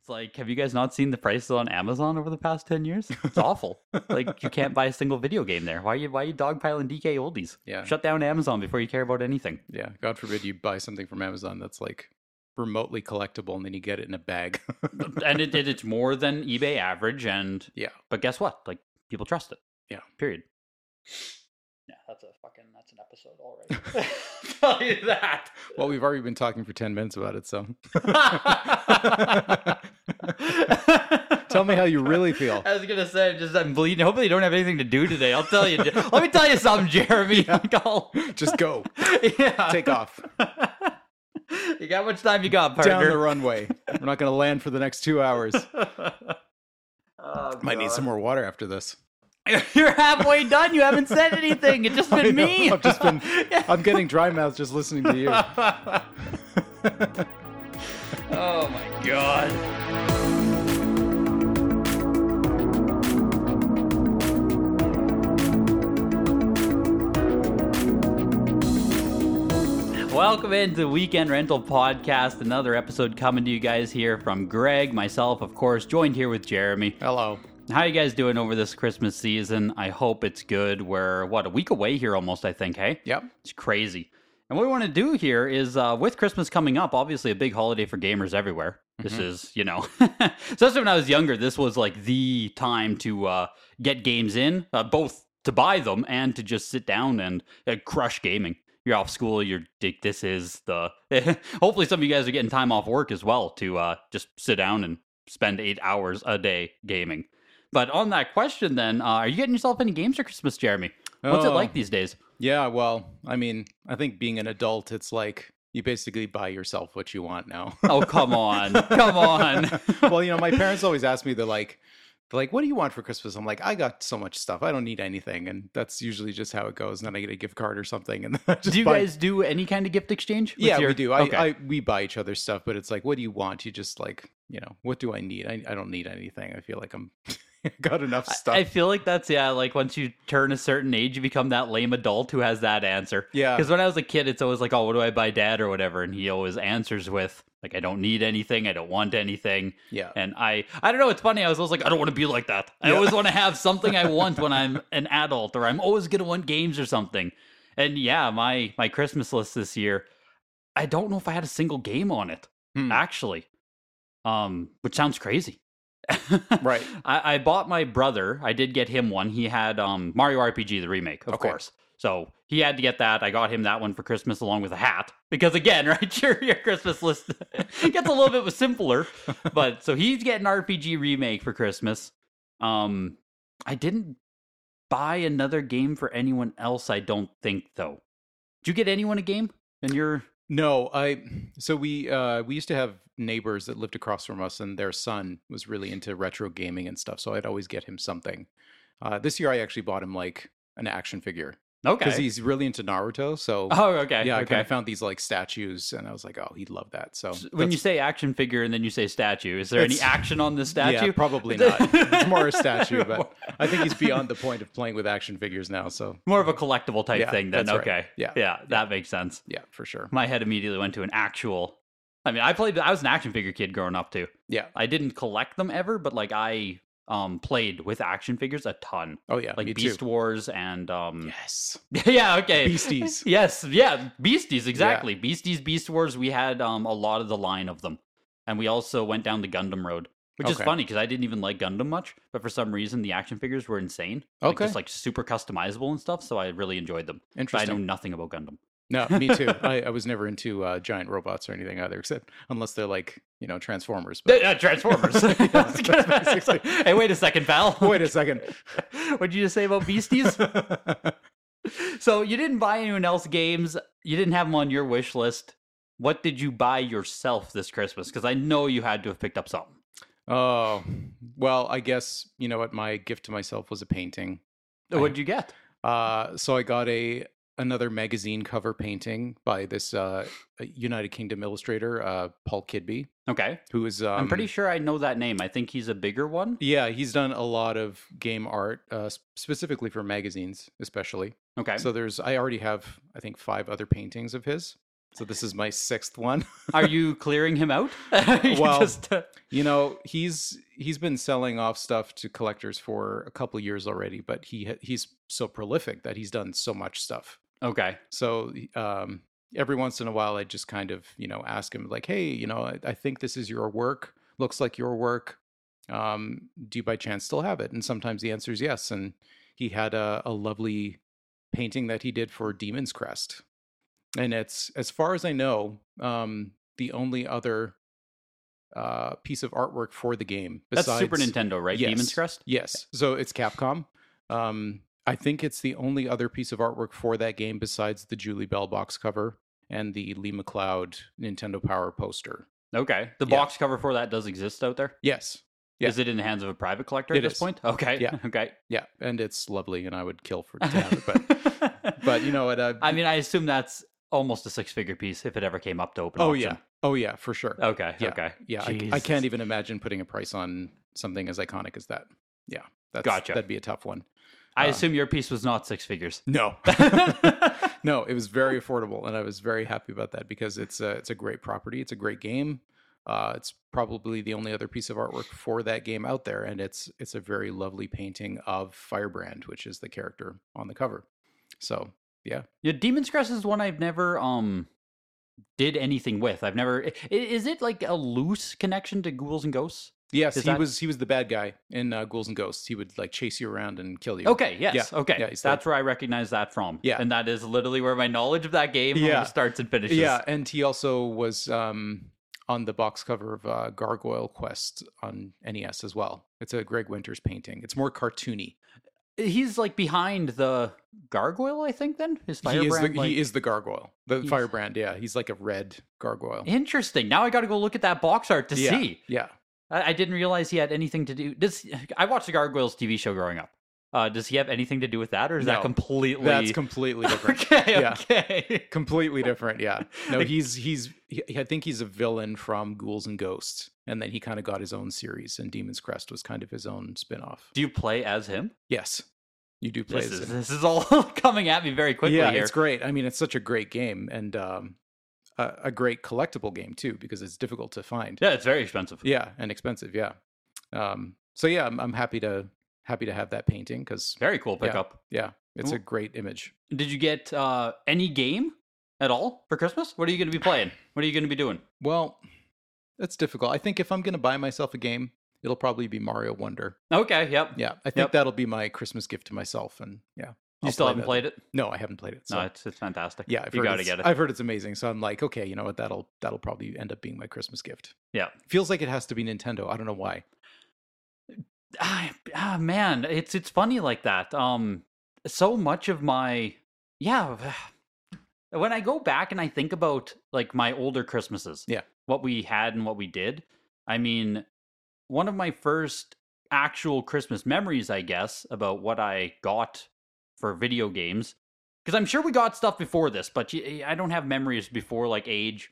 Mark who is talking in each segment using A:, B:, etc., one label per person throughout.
A: It's like, have you guys not seen the prices on Amazon over the past ten years? It's awful. like you can't buy a single video game there. Why you why you dogpiling DK oldies?
B: Yeah.
A: Shut down Amazon before you care about anything.
B: Yeah. God forbid you buy something from Amazon that's like remotely collectible and then you get it in a bag.
A: and it, it it's more than eBay average and
B: yeah.
A: but guess what? Like people trust it.
B: Yeah.
A: Period. Yeah, that's a fucking that's an episode already. Tell you that.
B: Well, we've already been talking for 10 minutes about it, so tell me how you really feel.
A: I was gonna say, I'm just I'm bleeding. Hopefully, you don't have anything to do today. I'll tell you. let me tell you something, Jeremy. I'll-
B: Just go.
A: yeah.
B: Take off.
A: you got much time? You got
B: Down the
A: partner.
B: runway. We're not going to land for the next 2 hours.
A: Oh,
B: Might need
A: God.
B: some more water after this.
A: You're halfway done. You haven't said anything. It's just been
B: I know.
A: me.
B: I've just been I'm getting dry mouth just listening to you.
A: oh my god. Welcome into Weekend Rental Podcast. Another episode coming to you guys here from Greg, myself, of course, joined here with Jeremy.
B: Hello.
A: How you guys doing over this Christmas season? I hope it's good. We're what a week away here, almost. I think. Hey.
B: Yep.
A: It's crazy. And what we want to do here is uh, with Christmas coming up, obviously a big holiday for gamers everywhere. This is, you know, especially when I was younger, this was like the time to uh, get games in, uh, both to buy them and to just sit down and uh, crush gaming. You're off school, you're dick. This is the. Hopefully, some of you guys are getting time off work as well to uh, just sit down and spend eight hours a day gaming. But on that question, then, uh, are you getting yourself any games for Christmas, Jeremy? What's it
B: Oh.
A: like these days?
B: Yeah, well, I mean, I think being an adult, it's like you basically buy yourself what you want now.
A: Oh, come on. Come on.
B: well, you know, my parents always ask me, they're like, they're like, what do you want for Christmas? I'm like, I got so much stuff. I don't need anything. And that's usually just how it goes. And then I get a gift card or something. And then I just
A: Do you
B: buy-
A: guys do any kind of gift exchange? with
B: Yeah,
A: your-
B: we do. I,
A: okay.
B: I we buy each other stuff, but it's like, what do you want? You just like, you know, what do I need? I, I don't need anything. I feel like I'm got enough stuff.
A: I feel like that's, yeah, like once you turn a certain age, you become that lame adult who has that answer.
B: yeah.
A: Because when I was a kid, it's always like, oh, what do I buy dad or whatever? And he always answers with, like, I don't need anything. I don't want anything.
B: Yeah.
A: And I, I don't know. It's funny. I was always like, I don't want to be like that. I
B: Yeah.
A: always want to have something I want when I'm an adult, or I'm always gonna want games or something. And yeah, my my Christmas list this year, I don't know if I had a single game on it
B: Hmm.
A: actually, um, which sounds crazy.
B: Right.
A: I, I bought my brother. I did get him one. He had um, Mario RPG the remake, of
B: Okay.
A: course. So he had to get that. I got him that one for Christmas along with a hat because again, right? Your your Christmas list gets a little bit simpler. But so he's getting RPG remake for Christmas. Um, I didn't buy another game for anyone else. I don't think though. Did you get anyone a game? And you're
B: No, I so we uh we used to have neighbors that lived across from us and their son was really into retro gaming and stuff, so I'd always get him something. Uh this year I actually bought him like an action figure
A: okay.
B: because he's really into Naruto, so
A: oh, okay.
B: yeah, I
A: okay.
B: kind of found these like statues and I was like, "Oh, he'd love that." So
A: S- when you
B: that's-
A: say action figure and then you say statue, is there any
B: It's-
A: action on the
B: Yeah,
A: statue?
B: probably not. It's more a statue, but I think he's beyond the point of playing with action figures now, so
A: more of a collectible type
B: Yeah,
A: thing. Then
B: that's right.
A: okay,
B: Yeah,
A: yeah, that makes sense.
B: yeah, for sure.
A: My head immediately went to an actual. I mean, I played. I was an action figure kid growing up too.
B: Yeah.
A: I didn't collect them ever, but like I um played with action figures a ton,
B: Oh yeah,
A: like
B: me
A: Beast
B: too.
A: Wars and um
B: Yes.
A: yeah, okay,
B: Beasties.
A: Yes, yeah, Beasties, exactly. Beasties, Beast Wars. We had um, a lot of the line of them, and we also went down the Gundam road, which is
B: Okay.
A: funny because I didn't even like Gundam much, but for some reason the action figures were insane. like,
B: Okay.
A: just like super customizable and stuff. So I really enjoyed them. But I
B: Interesting.
A: know nothing about Gundam.
B: No, me too. I, I was never into uh, giant robots or anything either, except unless they're like you know Transformers. But
A: Uh, Transformers. I
B: Yeah,
A: was gonna-
B: that's basically-
A: hey, wait a second, pal.
B: wait a second.
A: What'd you just say about Beasties? so you didn't buy anyone else games. You didn't have them on your wish list. What did you buy yourself this Christmas? Because I know you had to have picked up something.
B: oh well, I guess you know what my gift to myself was a painting. I-
A: What'd you get?
B: Uh, so I got a another magazine cover painting by this uh, United Kingdom illustrator uh, Paul Kidby,
A: Okay,
B: who is um,
A: I'm pretty sure I know that name. I think he's a bigger one.
B: Yeah, he's done a lot of game art, uh, s- specifically for magazines, especially.
A: Okay,
B: So there's, I already have, I think, five other paintings of his. So this is my sixth one.
A: Are you clearing him out? You
B: Well,
A: just, uh,
B: You know, he's he's been selling off stuff to collectors for a couple years already, but he ha- he's so prolific that he's done so much stuff.
A: okay.
B: So um, every once in a while, I just kind of you know ask him like, hey, you know, I, I think this is your work. Looks like your work. Um, do you by chance still have it? And sometimes the answer is yes. And he had a, a lovely painting that he did for Demon's Crest, and it's as far as I know, um, the only other uh, piece of artwork for the game
A: That's Super
B: besides-
A: Nintendo, right? Demon's
B: Yes.
A: Crest.
B: Yes. So it's Capcom. Um, I think it's the only other piece of artwork for that game besides the Julie Bell box cover and the Lee McLeod Nintendo Power poster.
A: Okay. The
B: Yeah.
A: box cover for that does exist out there.
B: Yes. Yeah.
A: Is it in the hands of a private collector
B: It
A: at this
B: is.
A: point? Okay.
B: Yeah.
A: Okay.
B: Yeah. And it's lovely, and I would kill for to have it. But, but you know what? Uh,
A: I mean, I assume that's almost a six figure piece if it ever came up to open.
B: oh, yeah.
A: auction.
B: Oh, yeah, for sure.
A: Okay. Okay.
B: Yeah. I, I
A: Jesus.
B: can't even imagine putting a price on something as iconic as that. Yeah. That's,
A: Gotcha.
B: That'd be a tough one.
A: I
B: uh,
A: assume your piece was not six figures.
B: No.
A: okay.
B: no, it was very affordable, and I was very happy about that because it's a it's a great property. It's a great game. Uh, it's probably the only other piece of artwork for that game out there, and it's it's a very lovely painting of Firebrand, which is the character on the cover. So
A: Yeah, Demon's Crest is one I've never um did anything with. I've never. i- i- Is it like a loose connection to Ghouls and Ghosts?
B: yes,
A: Is
B: he
A: that-
B: was he was the bad guy in uh, Ghouls and Ghosts. He would like chase you around and kill you.
A: Okay. Yes.
B: Yeah,
A: Okay.
B: yeah, he's
A: That's
B: there.
A: where I recognize that from.
B: Yeah.
A: And that is literally where my knowledge of that game
B: Yeah.
A: starts and finishes.
B: Yeah, and he also was um, on the box cover of uh, Gargoyle Quest on NES as well. It's a Greg Winters painting. It's more cartoony.
A: He's like behind the gargoyle, I think. Then his
B: he is the,
A: firebrand. like-
B: he is the gargoyle, the
A: He's-
B: firebrand. Yeah, he's like a red gargoyle.
A: Interesting. Now I got to go look at that box art to
B: yeah,
A: see.
B: Yeah,
A: I, I didn't realize he had anything to do. Does I watched the Gargoyles TV show growing up? Uh, does he have anything to do with that, or is that
B: No.
A: completely?
B: that's completely different.
A: okay.
B: Yeah.
A: Okay.
B: completely different. Yeah. No,
A: Like-
B: he's he's. He, I think he's a villain from Ghouls and Ghosts, and then he kind of got his own series, and Demon's Crest was kind of his own spin-off.
A: Do you play as him?
B: Yes, you do play.
A: This
B: as
A: is,
B: him.
A: this is all coming at me very quickly
B: yeah,
A: here.
B: it's great. I mean, it's such a great game and um, a, a great collectible game too, because it's difficult to find.
A: yeah, it's very expensive.
B: Yeah, and expensive. Yeah. Um, so yeah, I'm, I'm happy to happy to have that painting because
A: Very cool
B: Yeah.
A: pickup.
B: Yeah, it's a
A: Cool.
B: great image.
A: Did you get uh, any game at all for Christmas? What are you going to be playing? What are you going to be doing?
B: Well, that's difficult. I think if I'm going to buy myself a game, it'll probably be Mario Wonder.
A: Okay. Yep.
B: Yeah, I think
A: Yep.
B: that'll be my Christmas gift to myself. And yeah,
A: You
B: I'll
A: still
B: play
A: haven't
B: that.
A: played it?
B: No, I haven't played it. So.
A: No, it's it's fantastic.
B: yeah, I've
A: you
B: heard
A: got to
B: it's-
A: get it.
B: I've heard it's amazing, so I'm like, okay, you know what? That'll that'll probably end up being my Christmas gift.
A: Yeah.
B: feels like it has to be Nintendo. I don't know why.
A: ah, ah, man, it's it's funny like that. Um, so much of my yeah, when I go back and I think about like my older Christmases,
B: Yeah.
A: what we had and what we did. I mean, one of my first actual Christmas memories, I guess, about what I got for video games, because I'm sure we got stuff before this, but y- I don't have memories before like age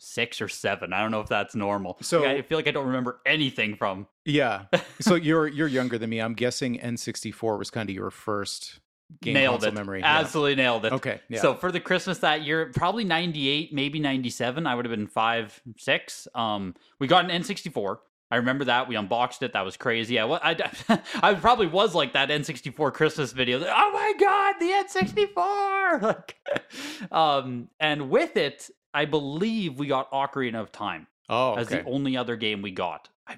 A: six or seven. I don't know if that's normal.
B: So-
A: Like, I feel like I don't remember anything from.
B: Yeah. so you're you're younger than me. I'm guessing N64 was kind of your first game
A: nailed
B: console
A: it.
B: memory. Yeah.
A: Absolutely nailed it.
B: Okay. Yeah.
A: So for the Christmas that year, probably 98, maybe 97, I would have been 5, 6. Um we got an N64. I remember that we unboxed it. That was crazy. I, wa- I, I probably was like that N64 Christmas video. Like, Oh my god, the N64! Like, um, and with it, I believe we got Ocarina of Time
B: oh,
A: as
B: okay.
A: the only other game we got. I,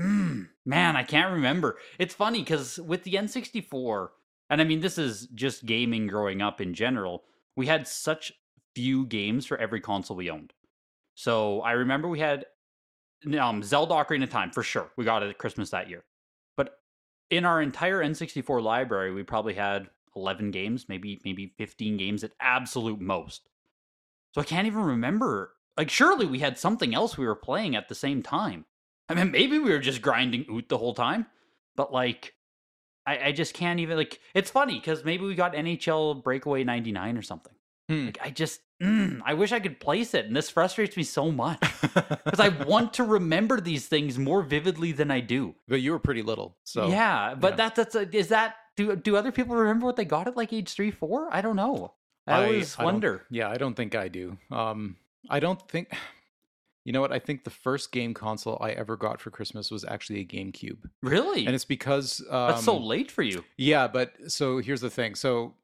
A: Mm, man, I can't remember. It's funny because with the N64, and I mean, this is just gaming growing up in general, we had such few games for every console we owned. So I remember we had um, Zelda Ocarina of Time for sure. We got it at Christmas that year. But in our entire N64 library, we probably had 11 games, maybe maybe 15 games at absolute most. So I can't even remember. Like, surely we had something else we were playing at the same time. I mean, maybe we were just grinding Oot the whole time, but like, I, I just can't even. Like, it's funny because maybe we got NHL Breakaway 99 or something.
B: Hmm.
A: Like, I just, mm, I wish I could place it. And this frustrates me so much because I want to remember these things more vividly than I do.
B: but you were pretty little, so
A: yeah, but
B: yeah.
A: that's that's a, is that do do other people remember what they got at like age three four? I don't know. I always
B: I don't-
A: wonder.
B: Yeah, I don't think I do. Um, I don't think. You know what? I think the first game console I ever got for Christmas was actually a GameCube,
A: Really?
B: and it's because um,
A: That's so late for you.
B: Yeah, but so here's the thing. So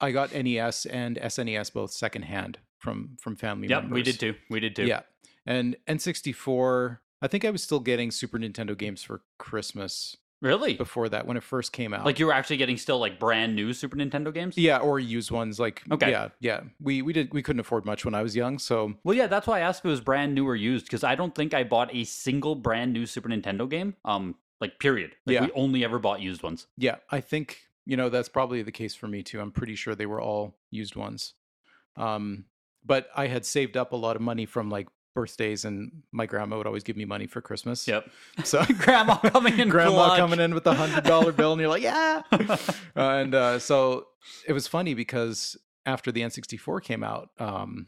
B: I got NES and SNES both secondhand from from family
A: Yep,
B: members.
A: we did too. We did too.
B: Yeah, and N64. I think I was still getting Super Nintendo games for Christmas
A: Really?
B: before that when it first came out.
A: Like you were actually getting still like brand new Super Nintendo games?
B: yeah, or used ones like
A: Okay.
B: yeah, yeah. We we did we couldn't afford much when I was young, so
A: Well, yeah, that's why I asked if it was brand new or used because I don't think I bought a single brand new Super Nintendo game. Um, like period. Like,
B: Yeah.
A: We only ever bought used ones.
B: yeah, I think you know that's probably the case for me too. I'm pretty sure they were all used ones. Um, but I had saved up a lot of money from like birthdays, and my grandma would always give me money for Christmas.
A: Yep.
B: So
A: Grandma coming in.
B: grandma
A: clutch.
B: coming in with a hundred dollar bill, and you're like, yeah. and uh, so it was funny because after the N64 came out, um,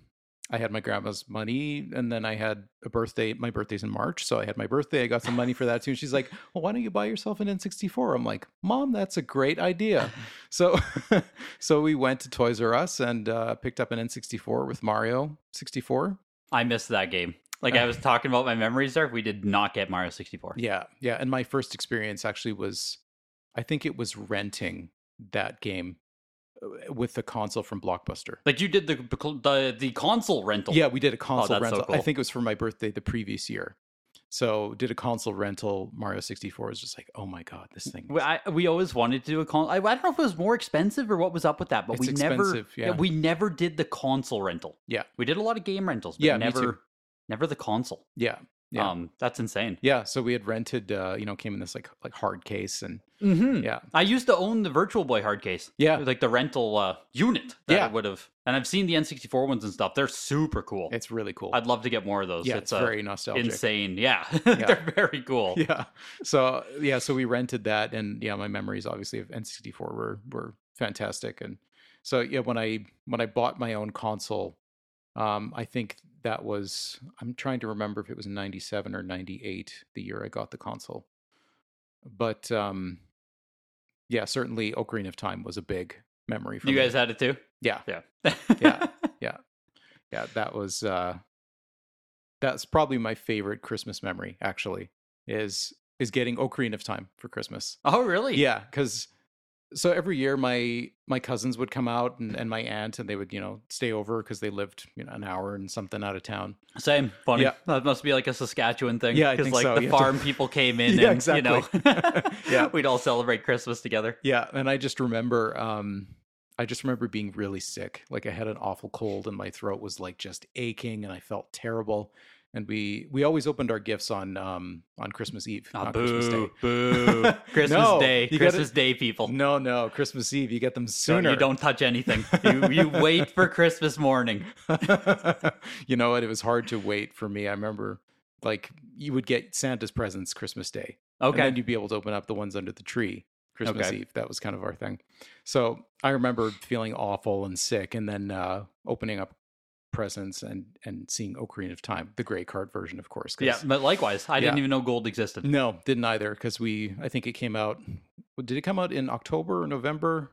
B: I had my grandma's money, and then I had a birthday. My birthday's in March, so I had my birthday. I got some money for that too. And she's like, "Well, why don't you buy yourself an N64?" I'm like, "Mom, that's a great idea." So, so we went to Toys R Us and uh, picked up an N64 with Mario 64.
A: I missed that game. Like I was talking about my memories there. We did not get Mario 64.
B: Yeah, yeah. And my first experience actually was, I think it was renting that game uh, with the console from Blockbuster.
A: Like you did the the, the console rental. Oh,
B: Yeah, we did a console
A: that's so
B: rental. I
A: cool.
B: think it was for my birthday the previous year. So did a console rental. Mario sixty four is just like, oh my god, this thing.
A: We, I, we always wanted to do a console. I, I don't know if it was more expensive or what was up with that, but
B: It's
A: we never
B: expensive, yeah.
A: we never did the console rental.
B: Yeah.
A: we did a lot of game rentals, but
B: Yeah, me too.
A: never never the console.
B: Yeah, Yeah.
A: Um, that's insane.
B: yeah. So we had rented. Uh, you know, came in this like like hard case and
A: Mm-hmm.
B: yeah,
A: I used to own the Virtual Boy hard case,
B: yeah.
A: like the rental uh, unit. That
B: Yeah.
A: would have. And I've seen the N64 ones and stuff. They're super cool.
B: It's really cool.
A: I'd love to get more of those.
B: yeah,
A: it's,
B: it's,
A: uh,
B: very nostalgic.
A: insane. Yeah, they're very cool.
B: yeah so yeah so we rented that and yeah my memories obviously of n64 were were fantastic and so yeah when i when i bought my own console um i think that was i'm trying to remember if it was 97 or 98 the year i got the console but um yeah certainly ocarina of time was a big memory for
A: You
B: me.
A: guys had it too.
B: Yeah.
A: yeah,
B: Yeah. yeah that was uh that's probably my favorite christmas memory actually is is getting ocarina of time for christmas
A: Oh, really?
B: Yeah, because so every year my my cousins would come out and, and my aunt and they would you know stay over because they lived you know an hour and something out of town.
A: Same. Funny.
B: Yeah.
A: That must be like a Saskatchewan thing.
B: Yeah, I
A: Because
B: think
A: like
B: so.
A: the
B: You have to-
A: farm people came in
B: Yeah,
A: and, you know,
B: Yeah.
A: we'd all celebrate Christmas together.
B: Yeah, and I just remember um I just remember being really sick. Like I had an awful cold and my throat was like just aching and I felt terrible. And we we always opened our gifts on um on Christmas Eve,
A: Ah,
B: not
A: boo.
B: Christmas Day.
A: Boo. Christmas
B: No,
A: Day.
B: you gotta-
A: Christmas Day, people.
B: No, no, Christmas Eve. You get them
A: Don't-
B: sooner.
A: You don't touch anything. You, you wait for Christmas morning.
B: you know what? It was hard to wait for me. I remember like you would get Santa's presents Christmas Day.
A: Okay.
B: And then you'd be able to open up the ones under the tree Christmas
A: Okay.
B: Eve. That was kind of our thing. So I remember feeling awful and sick and then uh, opening up presents and, and seeing Ocarina of Time, the gray card version, of course. 'cause-
A: yeah, but likewise, I didn't
B: Yeah.
A: even know gold existed.
B: No, didn't either because we, I think it came out, did it come out in October or November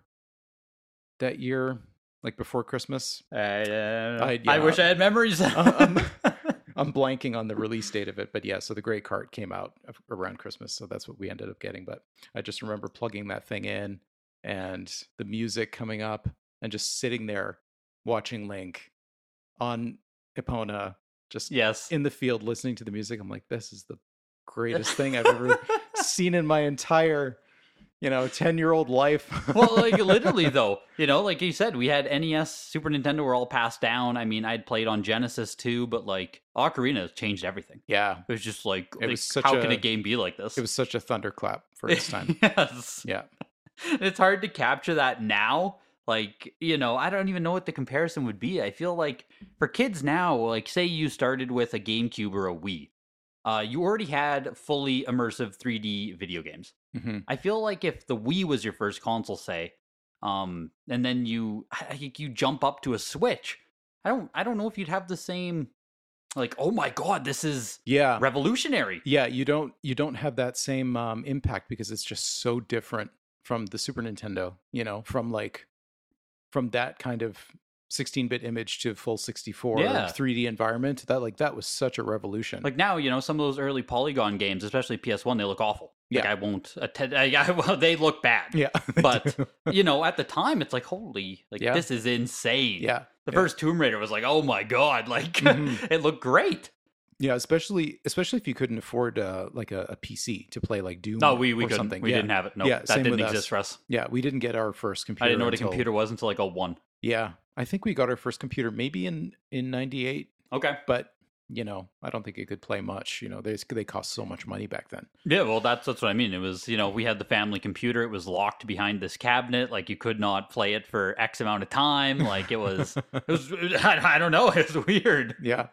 B: that year? Like before Christmas?
A: I, uh,
B: I-
A: I
B: yeah.
A: wish I had memories.
B: Um, I'm blanking on the release date of it, but yeah, so the Grey Cart came out af- around Christmas, so that's what we ended up getting. But I just remember plugging that thing in and the music coming up and just sitting there watching Link on Epona, just
A: yes.
B: in the field listening to the music. I'm like, this is the greatest thing I've ever seen in my entire, you know, 10 year old life.
A: well, like literally though, you know, like you said, we had NES, Super Nintendo were all passed down. I mean, I'd played on Genesis too, but like Ocarina has changed everything.
B: yeah,
A: It was just like,
B: It was
A: like,
B: such
A: how can
B: a-
A: a game be like this?
B: it was such a thunderclap for its time.
A: yes.
B: Yeah.
A: It's hard to capture that now. Like, you know, I don't even know what the comparison would be. I feel like for kids now, like say you started with a GameCube or a Wii, uh, you already had fully immersive 3D video games.
B: hmm
A: I feel like if the Wii was your first console, say, um, and then you I think you jump up to a Switch, I don't I don't know if you'd have the same like oh my god this is
B: Yeah.
A: revolutionary.
B: yeah you don't you don't have that same um, impact because it's just so different from the super nintendo you know from like from that kind of 16-bit image to full 64
A: Yeah.
B: 3D environment. That like that was such a revolution.
A: Like now, you know, some of those early Polygon games, especially PS1, they look awful. Like
B: Yeah.
A: I won't attend. I, I, well, they look bad.
B: yeah, they
A: But
B: do.
A: you know, at the time, it's like holy, like
B: Yeah.
A: this is insane.
B: yeah,
A: The first Tomb Raider was like, oh my god, like
B: Mhm.
A: it looked great.
B: yeah, especially especially if you couldn't afford uh, like a, a PC to play like Doom.
A: No, Oh, we we
B: or
A: couldn't.
B: something.
A: We
B: yeah.
A: didn't have it. No,
B: Yeah,
A: that
B: same
A: didn't
B: with
A: exist
B: us.
A: for us.
B: Yeah, we didn't get our first computer.
A: I didn't know what a
B: until-
A: computer was until like a one.
B: Yeah, I think we got our first computer maybe in in '98,
A: Okay.
B: but you know, I don't think it could play much. You know, they they cost so much money back then.
A: Yeah, well, that's that's what I mean. It was you know we had the family computer. It was locked behind this cabinet. Like you could not play it for X amount of time. Like it was, it was. I, I don't know. It was weird.
B: Yeah,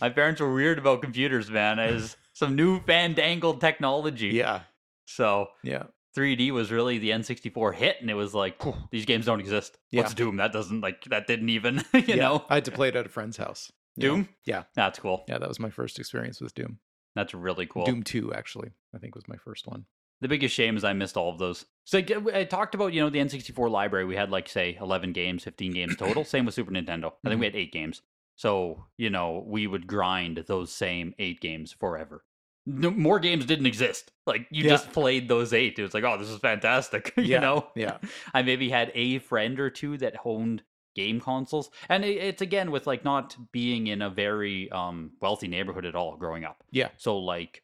A: My parents were weird about computers, man. It was some new fandangled technology.
B: yeah,
A: So
B: yeah.
A: 3D was really the N64 hit, and it was like phew, these games don't exist.
B: Yeah.
A: What's Doom? That doesn't like that didn't even you
B: yeah.
A: know
B: I had to play it at a friend's house. you know?
A: Doom.
B: Yeah.
A: That's cool.
B: Yeah, that was my first experience with Doom.
A: That's really cool.
B: Doom Two, actually, I think was my first one.
A: The biggest shame is I missed all of those. So like, I talked about, you know, the N64 library. We had like say 11 games, 15 games total. Same with Super Nintendo. I
B: Mm-hmm.
A: think we had 8 games. So, you know, we would grind those same 8 games forever. No, more games didn't exist. Like you
B: Yeah.
A: just played those 8. It was like, "Oh, this is fantastic." you
B: Yeah,
A: know.
B: yeah.
A: I maybe had a friend or two that honed game consoles. And it, it's again with like not being in a very um wealthy neighborhood at all growing up.
B: Yeah.
A: So like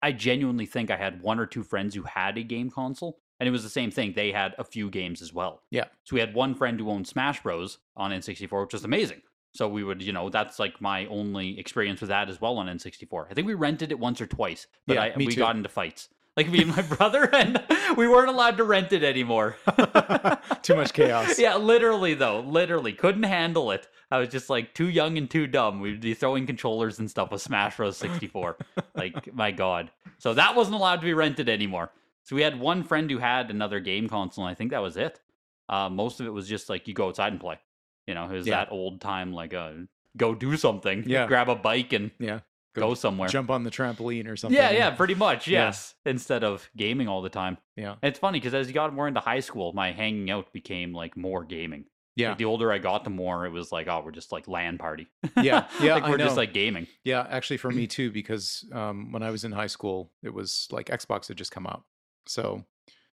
A: I genuinely think I had one or two friends who had a game console, and it was the same thing. They had a few games as well.
B: Yeah.
A: So we had one friend who owned Smash Bros. on N64, which was amazing. So we would, you know, that's like my only experience with that as well on N64. I think we rented it once or twice, but
B: Yeah,
A: I,
B: me
A: we
B: too.
A: got into fights. Like me and my brother, and we weren't allowed to rent it anymore.
B: Too much chaos.
A: Yeah, literally though, literally couldn't handle it. I was just like too young and too dumb. We'd be throwing controllers and stuff with Smash Bros. 64. like my god. So that wasn't allowed to be rented anymore. So we had one friend who had another game console, and I think that was it. Uh, most of it was just like you go outside and play. You know, it was
B: Yeah.
A: that old time like uh, go do something.
B: Yeah.
A: grab a bike and
B: Yeah.
A: go,
B: Go
A: somewhere.
B: Jump on the trampoline or something.
A: Yeah, yeah, pretty much.
B: Yeah.
A: Yes. Instead of gaming all the time.
B: Yeah.
A: And it's funny because as you got more into high school, my hanging out became like more gaming.
B: Yeah.
A: Like, the older I got, the more it was like, oh, we're just like LAN party.
B: Yeah, yeah,
A: like
B: I
A: we're just
B: know.
A: like gaming.
B: Yeah, actually for me too, because um, when I was in high school, it was like Xbox had just come out. So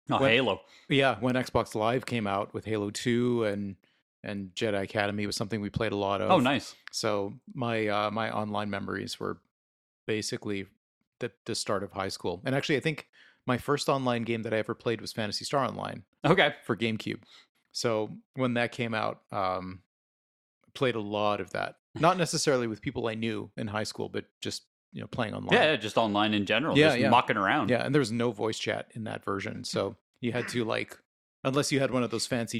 A: Oh,
B: What-
A: Halo.
B: yeah, when Xbox Live came out with Halo Two and and Jedi Academy was something we played a lot of.
A: Oh, nice.
B: So my uh, my online memories were basically the the start of high school. And actually, I think my first online game that I ever played was Fantasy Star Online
A: Okay.
B: for GameCube. So when that came out, um, I played a lot of that. Not necessarily with people I knew in high school, but just you know playing online.
A: Yeah, yeah, just online in general.
B: Yeah,
A: just
B: yeah.
A: mucking around.
B: Yeah, and there was no voice chat in that version.
A: Mm-hmm.
B: So you had to like unless you had one of those fancy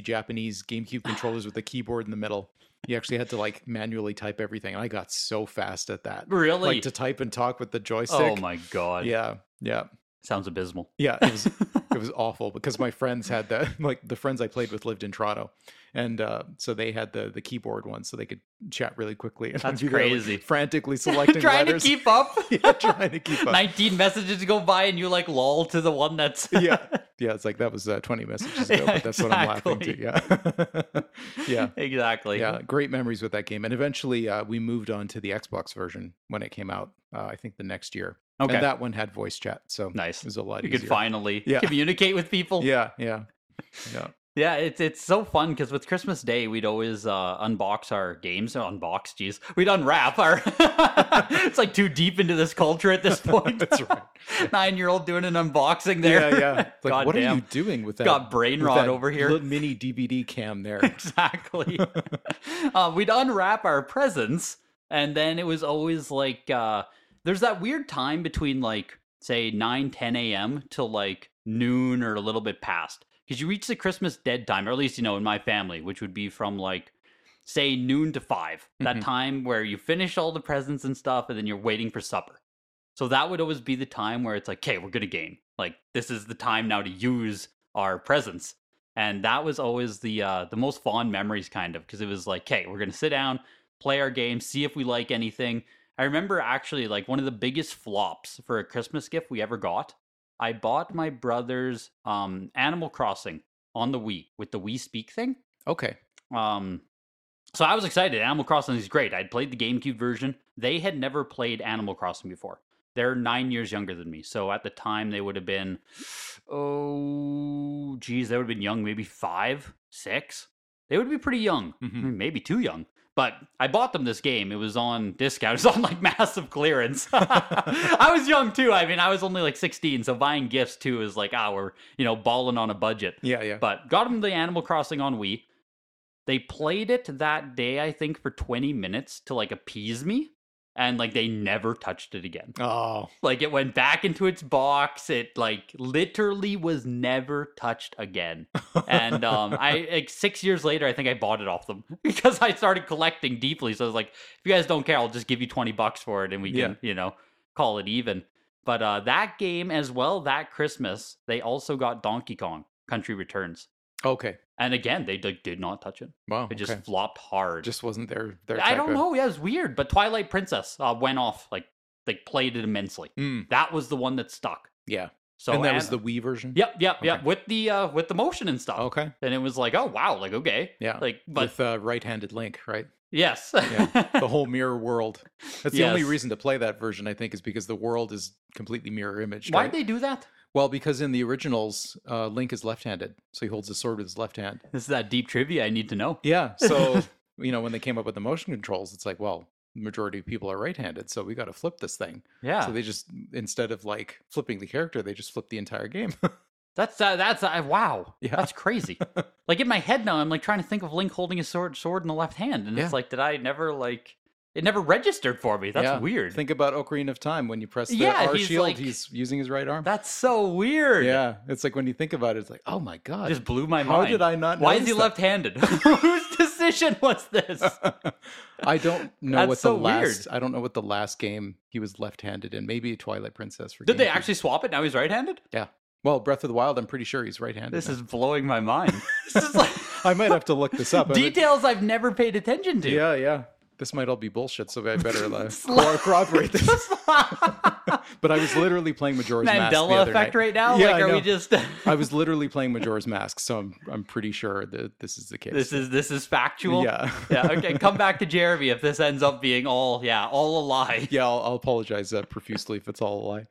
B: Japanese GameCube controllers with a keyboard in the middle, you actually had to like manually type everything. And I got so fast at that.
A: Really?
B: Like to type and talk with the joystick.
A: oh my god.
B: Yeah. Yeah.
A: Sounds abysmal.
B: Yeah. It was it was awful because my friends had the like the friends I played with lived in Toronto. And uh, so they had the the keyboard one so they could chat really quickly. And I'd
A: That's
B: be there, like,
A: crazy.
B: frantically selecting
A: Trying
B: letters.
A: to keep up.
B: yeah, trying to keep up.
A: 19 messages go by and you like lol to the one that's
B: yeah yeah it's like that was uh, 20 messages ago
A: Yeah,
B: but that's what i'm laughing to yeah yeah
A: exactly.
B: yeah great memories with that game and eventually uh, we moved on to the xbox version when it came out uh, i think the next year
A: Okay.
B: and that one had voice chat so
A: Nice.
B: it was a lot
A: you
B: easier
A: could finally
B: Yeah.
A: communicate with people.
B: yeah yeah yeah
A: Yeah, it's it's so fun because with Christmas Day we'd always uh, unbox our games. uh, Unbox, jeez, we'd unwrap our. it's like too deep into this culture at this point.
B: That's right.
A: Nine year old doing an unboxing
B: yeah
A: there.
B: yeah It's like
A: God
B: what are
A: damn.
B: you doing with that
A: Got brain
B: with
A: rot
B: that
A: over here.
B: little mini dvd cam there
A: exactly. uh, we'd unwrap our presents, and then it was always like uh, there's that weird time between like say 9 10 a.m till like noon or a little bit past because you reach the christmas dead time or at least you know in my family which would be from like say noon to 5 that
B: Mhm.
A: time where you finish all the presents and stuff and then you're waiting for supper so that would always be the time where it's like okay we're gonna game like this is the time now to use our presents and that was always the uh the most fond memories kind of because it was like okay we're gonna sit down play our game see if we like anything i remember actually like one of the biggest flops for a christmas gift we ever got i bought my brother's um animal crossing on the wii with the wii speak thing
B: okay
A: um So I was excited. Animal Crossing is great. I'd played the GameCube version. They had never played Animal Crossing before. They're nine years younger than me. So at the time, they would have been, oh, geez, they would have been young, maybe five, six. They would be pretty young,
B: Mhm.
A: I mean, maybe too young. But I bought them this game. It was on discount. It was on like massive clearance. I was young too. I mean, I was only like 16. So buying gifts too is like, ah, we're, you know, balling on a budget.
B: Yeah, yeah.
A: But got them the Animal Crossing on Wii. They played it that day, I think, for 20 minutes to like appease me. And like they never touched it again.
B: Oh,
A: Like it went back into its box. It like literally was never touched again. And um I like six years later I think I bought it off them because I started collecting deeply. So I was like, if you guys don't care, I'll just give you twenty bucks for it and we
B: Yeah.
A: can, you know, call it even. But uh that game as well, that Christmas, they also got Donkey Kong Country Returns.
B: uh, okay.
A: And again, they like did not touch it.
B: Wow,
A: It just
B: okay.
A: flopped hard.
B: just wasn't there. Their
A: I
B: type
A: don't
B: of-
A: know. Yeah, it was weird. But Twilight Princess uh, went off like they played it immensely.
B: Mm,
A: That was the one that stuck.
B: yeah,
A: So
B: and that
A: and-
B: was the Wii version.
A: yep, yep, yep.
B: Okay.
A: With the uh with the motion and stuff.
B: Okay.
A: And it was like, oh wow, like okay,
B: Yeah.
A: like but
B: With uh, right-handed Link, right?
A: yes,
B: The whole mirror world. That's the only
A: Yes.
B: reason to play that version, I think, is because the world is completely mirror imaged.
A: Why'd
B: right?
A: they do that?
B: Well, because in the originals, uh, Link is left-handed, so he holds the sword with his left hand.
A: This is that deep trivia I need to know.
B: Yeah. So you know, when they came up with the motion controls, it's like, well, the majority of people are right-handed, so we got to flip this thing.
A: Yeah,
B: So they just instead of like flipping the character, they just flip the entire game.
A: that's uh, that's uh, wow,
B: Yeah.
A: that's crazy. like in my head now, I'm like trying to think of Link holding his sword sword in the left hand, and
B: Yeah.
A: it's like, did I never like it never registered for me? That's
B: Yeah.
A: weird.
B: Think about Ocarina of Time when you press the
A: Yeah,
B: R
A: he's
B: shield,
A: like-
B: he's using his right arm.
A: that's so weird.
B: yeah, it's like when you think about it, it's like, oh my god,
A: just blew my
B: how
A: mind.
B: did I not?
A: Why is he
B: notice that?
A: left-handed? Whose decision was this?
B: I don't know
A: That's
B: what the
A: so weird.
B: last. I don't know what the last game he was left-handed in. Maybe Twilight Princess. For
A: Did they
B: GameCube.
A: actually swap it? Now he's right-handed.
B: Well, Breath of the Wild. I'm pretty sure he's right-handed.
A: This
B: now.
A: is blowing my mind. this is like
B: I might have to look this up. I mean-
A: details I've never paid attention to.
B: yeah, yeah. This might all be bullshit, so I better uh,
A: Sla-
B: cor- corroborate this. But I was literally playing Majora's Mask the
A: Mandela
B: other
A: effect
B: night.
A: right now.
B: Yeah,
A: like,
B: I
A: are
B: know.
A: we just?
B: I was literally playing Majora's Mask, so I'm I'm pretty sure that this is the case.
A: this is this is factual.
B: Yeah.
A: yeah. Okay. Come back to Jeremy if this ends up being all yeah all a lie.
B: yeah, I'll, I'll apologize uh, profusely if it's all a lie.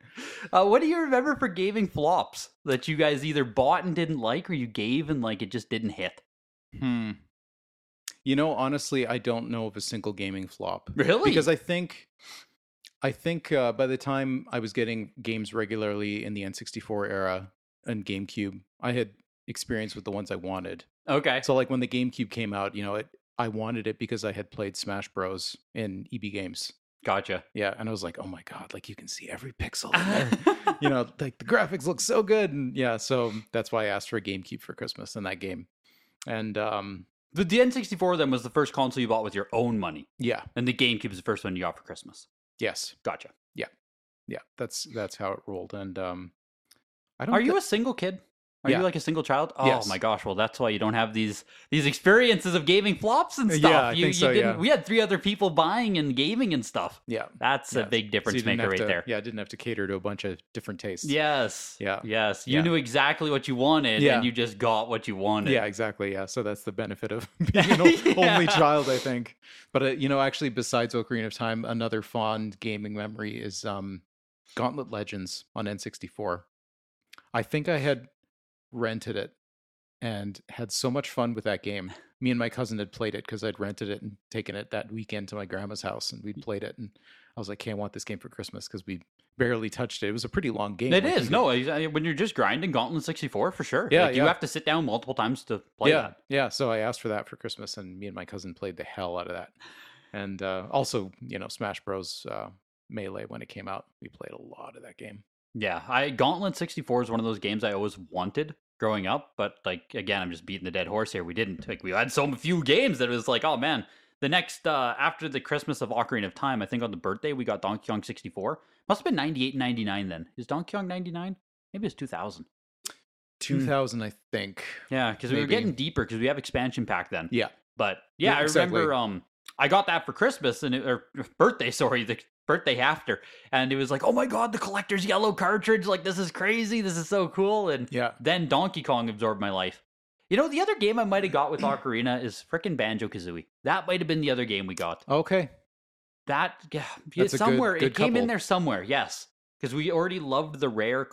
A: Uh, what do you remember for gaming flops that you guys either bought and didn't like, or you gave and like it just didn't hit?
B: Hmm. You know, honestly, I don't know of a single gaming flop.
A: Really?
B: Because I think, I think uh, by the time I was getting games regularly in the N64 era and GameCube, I had experience with the ones I wanted.
A: okay.
B: So, like when the GameCube came out, you know, it, I wanted it because I had played Smash Bros. in EB Games.
A: Gotcha.
B: Yeah, and I was like, oh my god, like you can see every pixel. In
A: Ah.
B: there. you know, like the graphics look so good, and yeah, so that's why I asked for a GameCube for Christmas in that game. And um,
A: The N64 then was the first console you bought with your own money,
B: yeah,
A: and the GameCube is the first one you got for Christmas.
B: yes,
A: Gotcha.
B: yeah, that's that's how it rolled. And um, I don't.
A: Are you
B: thi-
A: a single kid? Are
B: Yeah.
A: you like a single child? Oh
B: Yes.
A: my gosh! Well, that's why you don't have these these experiences of gaming flops and
B: Yeah,
A: stuff.
B: I
A: you,
B: think
A: you
B: so,
A: didn't.
B: yeah.
A: We had three other people buying and gaming and stuff.
B: yeah,
A: That's
B: Yeah.
A: a big
B: So you
A: difference
B: didn't
A: maker
B: have
A: right
B: to-
A: there.
B: Yeah, I didn't have to cater to a bunch of different tastes.
A: Yes.
B: Yeah.
A: Yes. You
B: Yeah.
A: knew exactly what you wanted,
B: Yeah.
A: and you just got what you wanted.
B: Yeah, exactly. Yeah, so that's the benefit of being an o- only
A: Yeah.
B: child, I think. But uh, you know, actually, besides Ocarina of Time, another fond gaming memory is um, Gauntlet Legends on N64. I think I had rented it and had so much fun with that game. Me and my cousin had played it because I'd rented it and taken it that weekend to my grandma's house, and we'd played it. And I was like, "Hey, I want this game for Christmas," because we barely touched it. It was a pretty long game.
A: It
B: like, you
A: is
B: could-
A: no. I- I- When you're just grinding Gauntlet 64, for sure.
B: Yeah,
A: Like, You
B: yeah.
A: have to sit down multiple times to play
B: yeah,
A: that.
B: Yeah. So I asked for that for Christmas, and me and my cousin played the hell out of that. And uh, also, you know, Smash Bros. Uh, Melee when it came out, we played a lot of that game.
A: Yeah, I Gauntlet 64 is one of those games I always wanted growing up, but like again, I'm just beating the dead horse here. We didn't like we had so few games that it was like, oh man, the next uh after the Christmas of Ocarina of Time, I think on the birthday we got Donkey Kong 64. Must have been 98, 99 then. Is Donkey Kong 99? Maybe it's 2000. Hmm.
B: 2000, I think.
A: Yeah, because we were
B: Maybe.
A: getting deeper because we have expansion pack then.
B: Yeah.
A: But yeah,
B: Yeah,
A: I
B: exactly.
A: remember um I got that for Christmas and it, or birthday, sorry, the birthday after. And it was like, oh my god, the collector's yellow cartridge, like this is crazy, this is so cool. And
B: Yeah.
A: then Donkey Kong absorbed my life. You know, the other game I might have got with Ocarina is frickin' Banjo Kazooie. That might have been the other game we got.
B: Okay.
A: That yeah,
B: That's a good-
A: somewhere
B: good
A: it came
B: couple.
A: in there somewhere. Yes, because we already loved the rare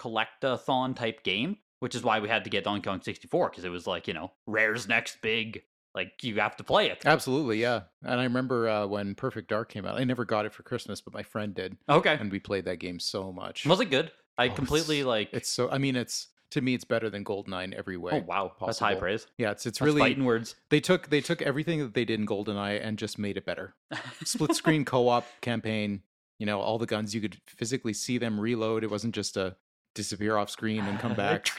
A: collectathon type game, which is why we had to get Donkey Kong 64 because it was like you know rare's next big. Like you have to play it.
B: Absolutely. Yeah. And I remember uh, when Perfect Dark came out. I never got it for Christmas, but my friend did,
A: Okay,
B: and we played that game so much.
A: was it good? I
B: Oh, it's-
A: completely like.
B: It's so. I mean, it's to me, it's better than Goldeneye in every way.
A: oh wow, that's high
B: possible.
A: praise.
B: Yeah, it's it's
A: That's
B: really
A: fighting words.
B: they took they took everything that they did in Goldeneye and just made it better. Split screen co-op campaign, you know, all the guns you could physically see them reload. It wasn't just a disappear off screen and come back.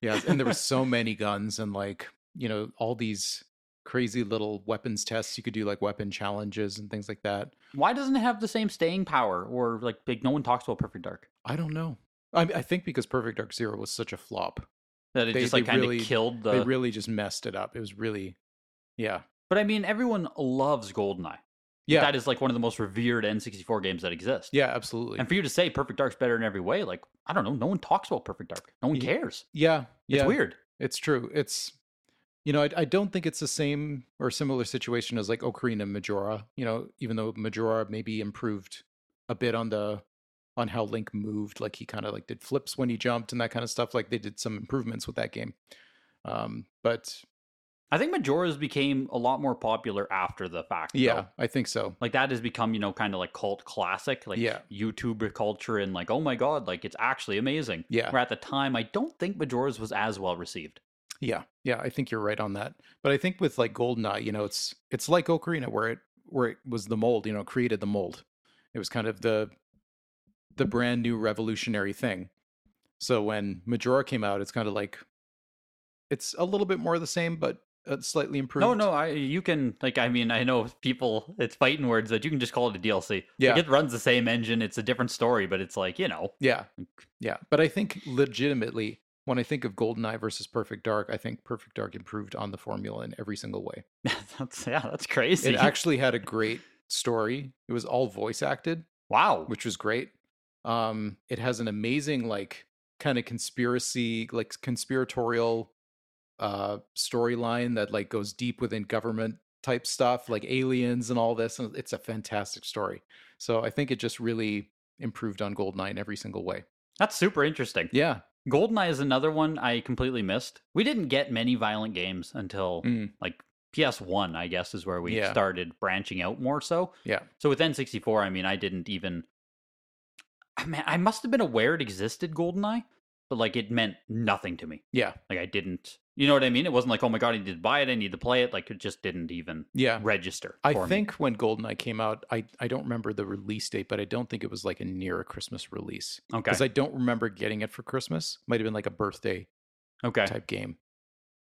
B: yeah, and there were so many guns and like, you know, all these crazy little weapons tests you could do like weapon challenges and things like that.
A: Why doesn't it have the same staying power? Or like, like no one talks about Perfect Dark.
B: I don't know. I I think because Perfect Dark Zero was such a flop.
A: That it
B: They-
A: just like
B: they
A: kind of
B: really-
A: killed the.
B: they really just messed it up. It was really yeah.
A: but I mean, everyone loves Goldeneye.
B: Yeah.
A: That is like one of the most revered N64 games that exist.
B: yeah, absolutely.
A: And for you to say Perfect Dark's better in every way, like I don't know, no one talks about Perfect Dark. No one
B: Ye-
A: cares.
B: yeah.
A: It's
B: yeah.
A: weird.
B: It's true. It's you know, I, I don't think it's the same or similar situation as like Ocarina and Majora. You know, even though Majora maybe improved a bit on the on how Link moved, like he kind of like did flips when he jumped and that kind of stuff. Like they did some improvements with that game. Um, but
A: I think Majora's became a lot more popular after the fact. though.
B: yeah, I think so.
A: Like that has become, you know, kind of like cult classic, like
B: Yeah.
A: YouTube culture and like, oh my god, like it's actually amazing.
B: Yeah.
A: Where at the time I don't think Majora's was as well received.
B: Yeah, yeah, I think you're right on that. But I think with like Goldeneye, you know, it's it's like Ocarina, where it where it was the mold, you know, created the mold. It was kind of the the brand new revolutionary thing. So when Majora came out, it's kind of like it's a little bit more of the same, but uh, slightly improved.
A: No, no, I you can like I mean I know people it's fighting words that you can just call it a DLC.
B: Yeah.
A: Like it runs the same engine, it's a different story, but it's like, you know,
B: Yeah, yeah. But I think legitimately, when I think of Goldeneye versus Perfect Dark, I think Perfect Dark improved on the formula in every single way.
A: that's yeah, that's crazy.
B: It actually had a great story. It was all voice acted.
A: wow.
B: which was great. Um, it has an amazing like kind of conspiracy, like conspiratorial uh storyline that like goes deep within government type stuff, like aliens and all this. And it's a fantastic story. So I think it just really improved on Goldeneye in every single way.
A: That's super interesting.
B: Yeah.
A: Goldeneye is another one I completely missed. We didn't get many violent games until
B: Mm.
A: like PS1, I guess, is where we
B: Yeah.
A: started branching out more so.
B: Yeah.
A: So with N64, I mean, I didn't even. I mean, I must have been aware it existed, Goldeneye, but like it meant nothing to me.
B: Yeah.
A: Like I didn't. You know what I mean? It wasn't like, oh my God, I need to buy it. I need to play it. Like it just didn't even
B: Yeah.
A: register.
B: I
A: for me.
B: think when Goldeneye came out, I, I don't remember the release date, but I don't think it was like a near a Christmas release.
A: Okay.
B: Because I don't remember getting it for Christmas. Might have been like a birthday
A: okay.
B: type game.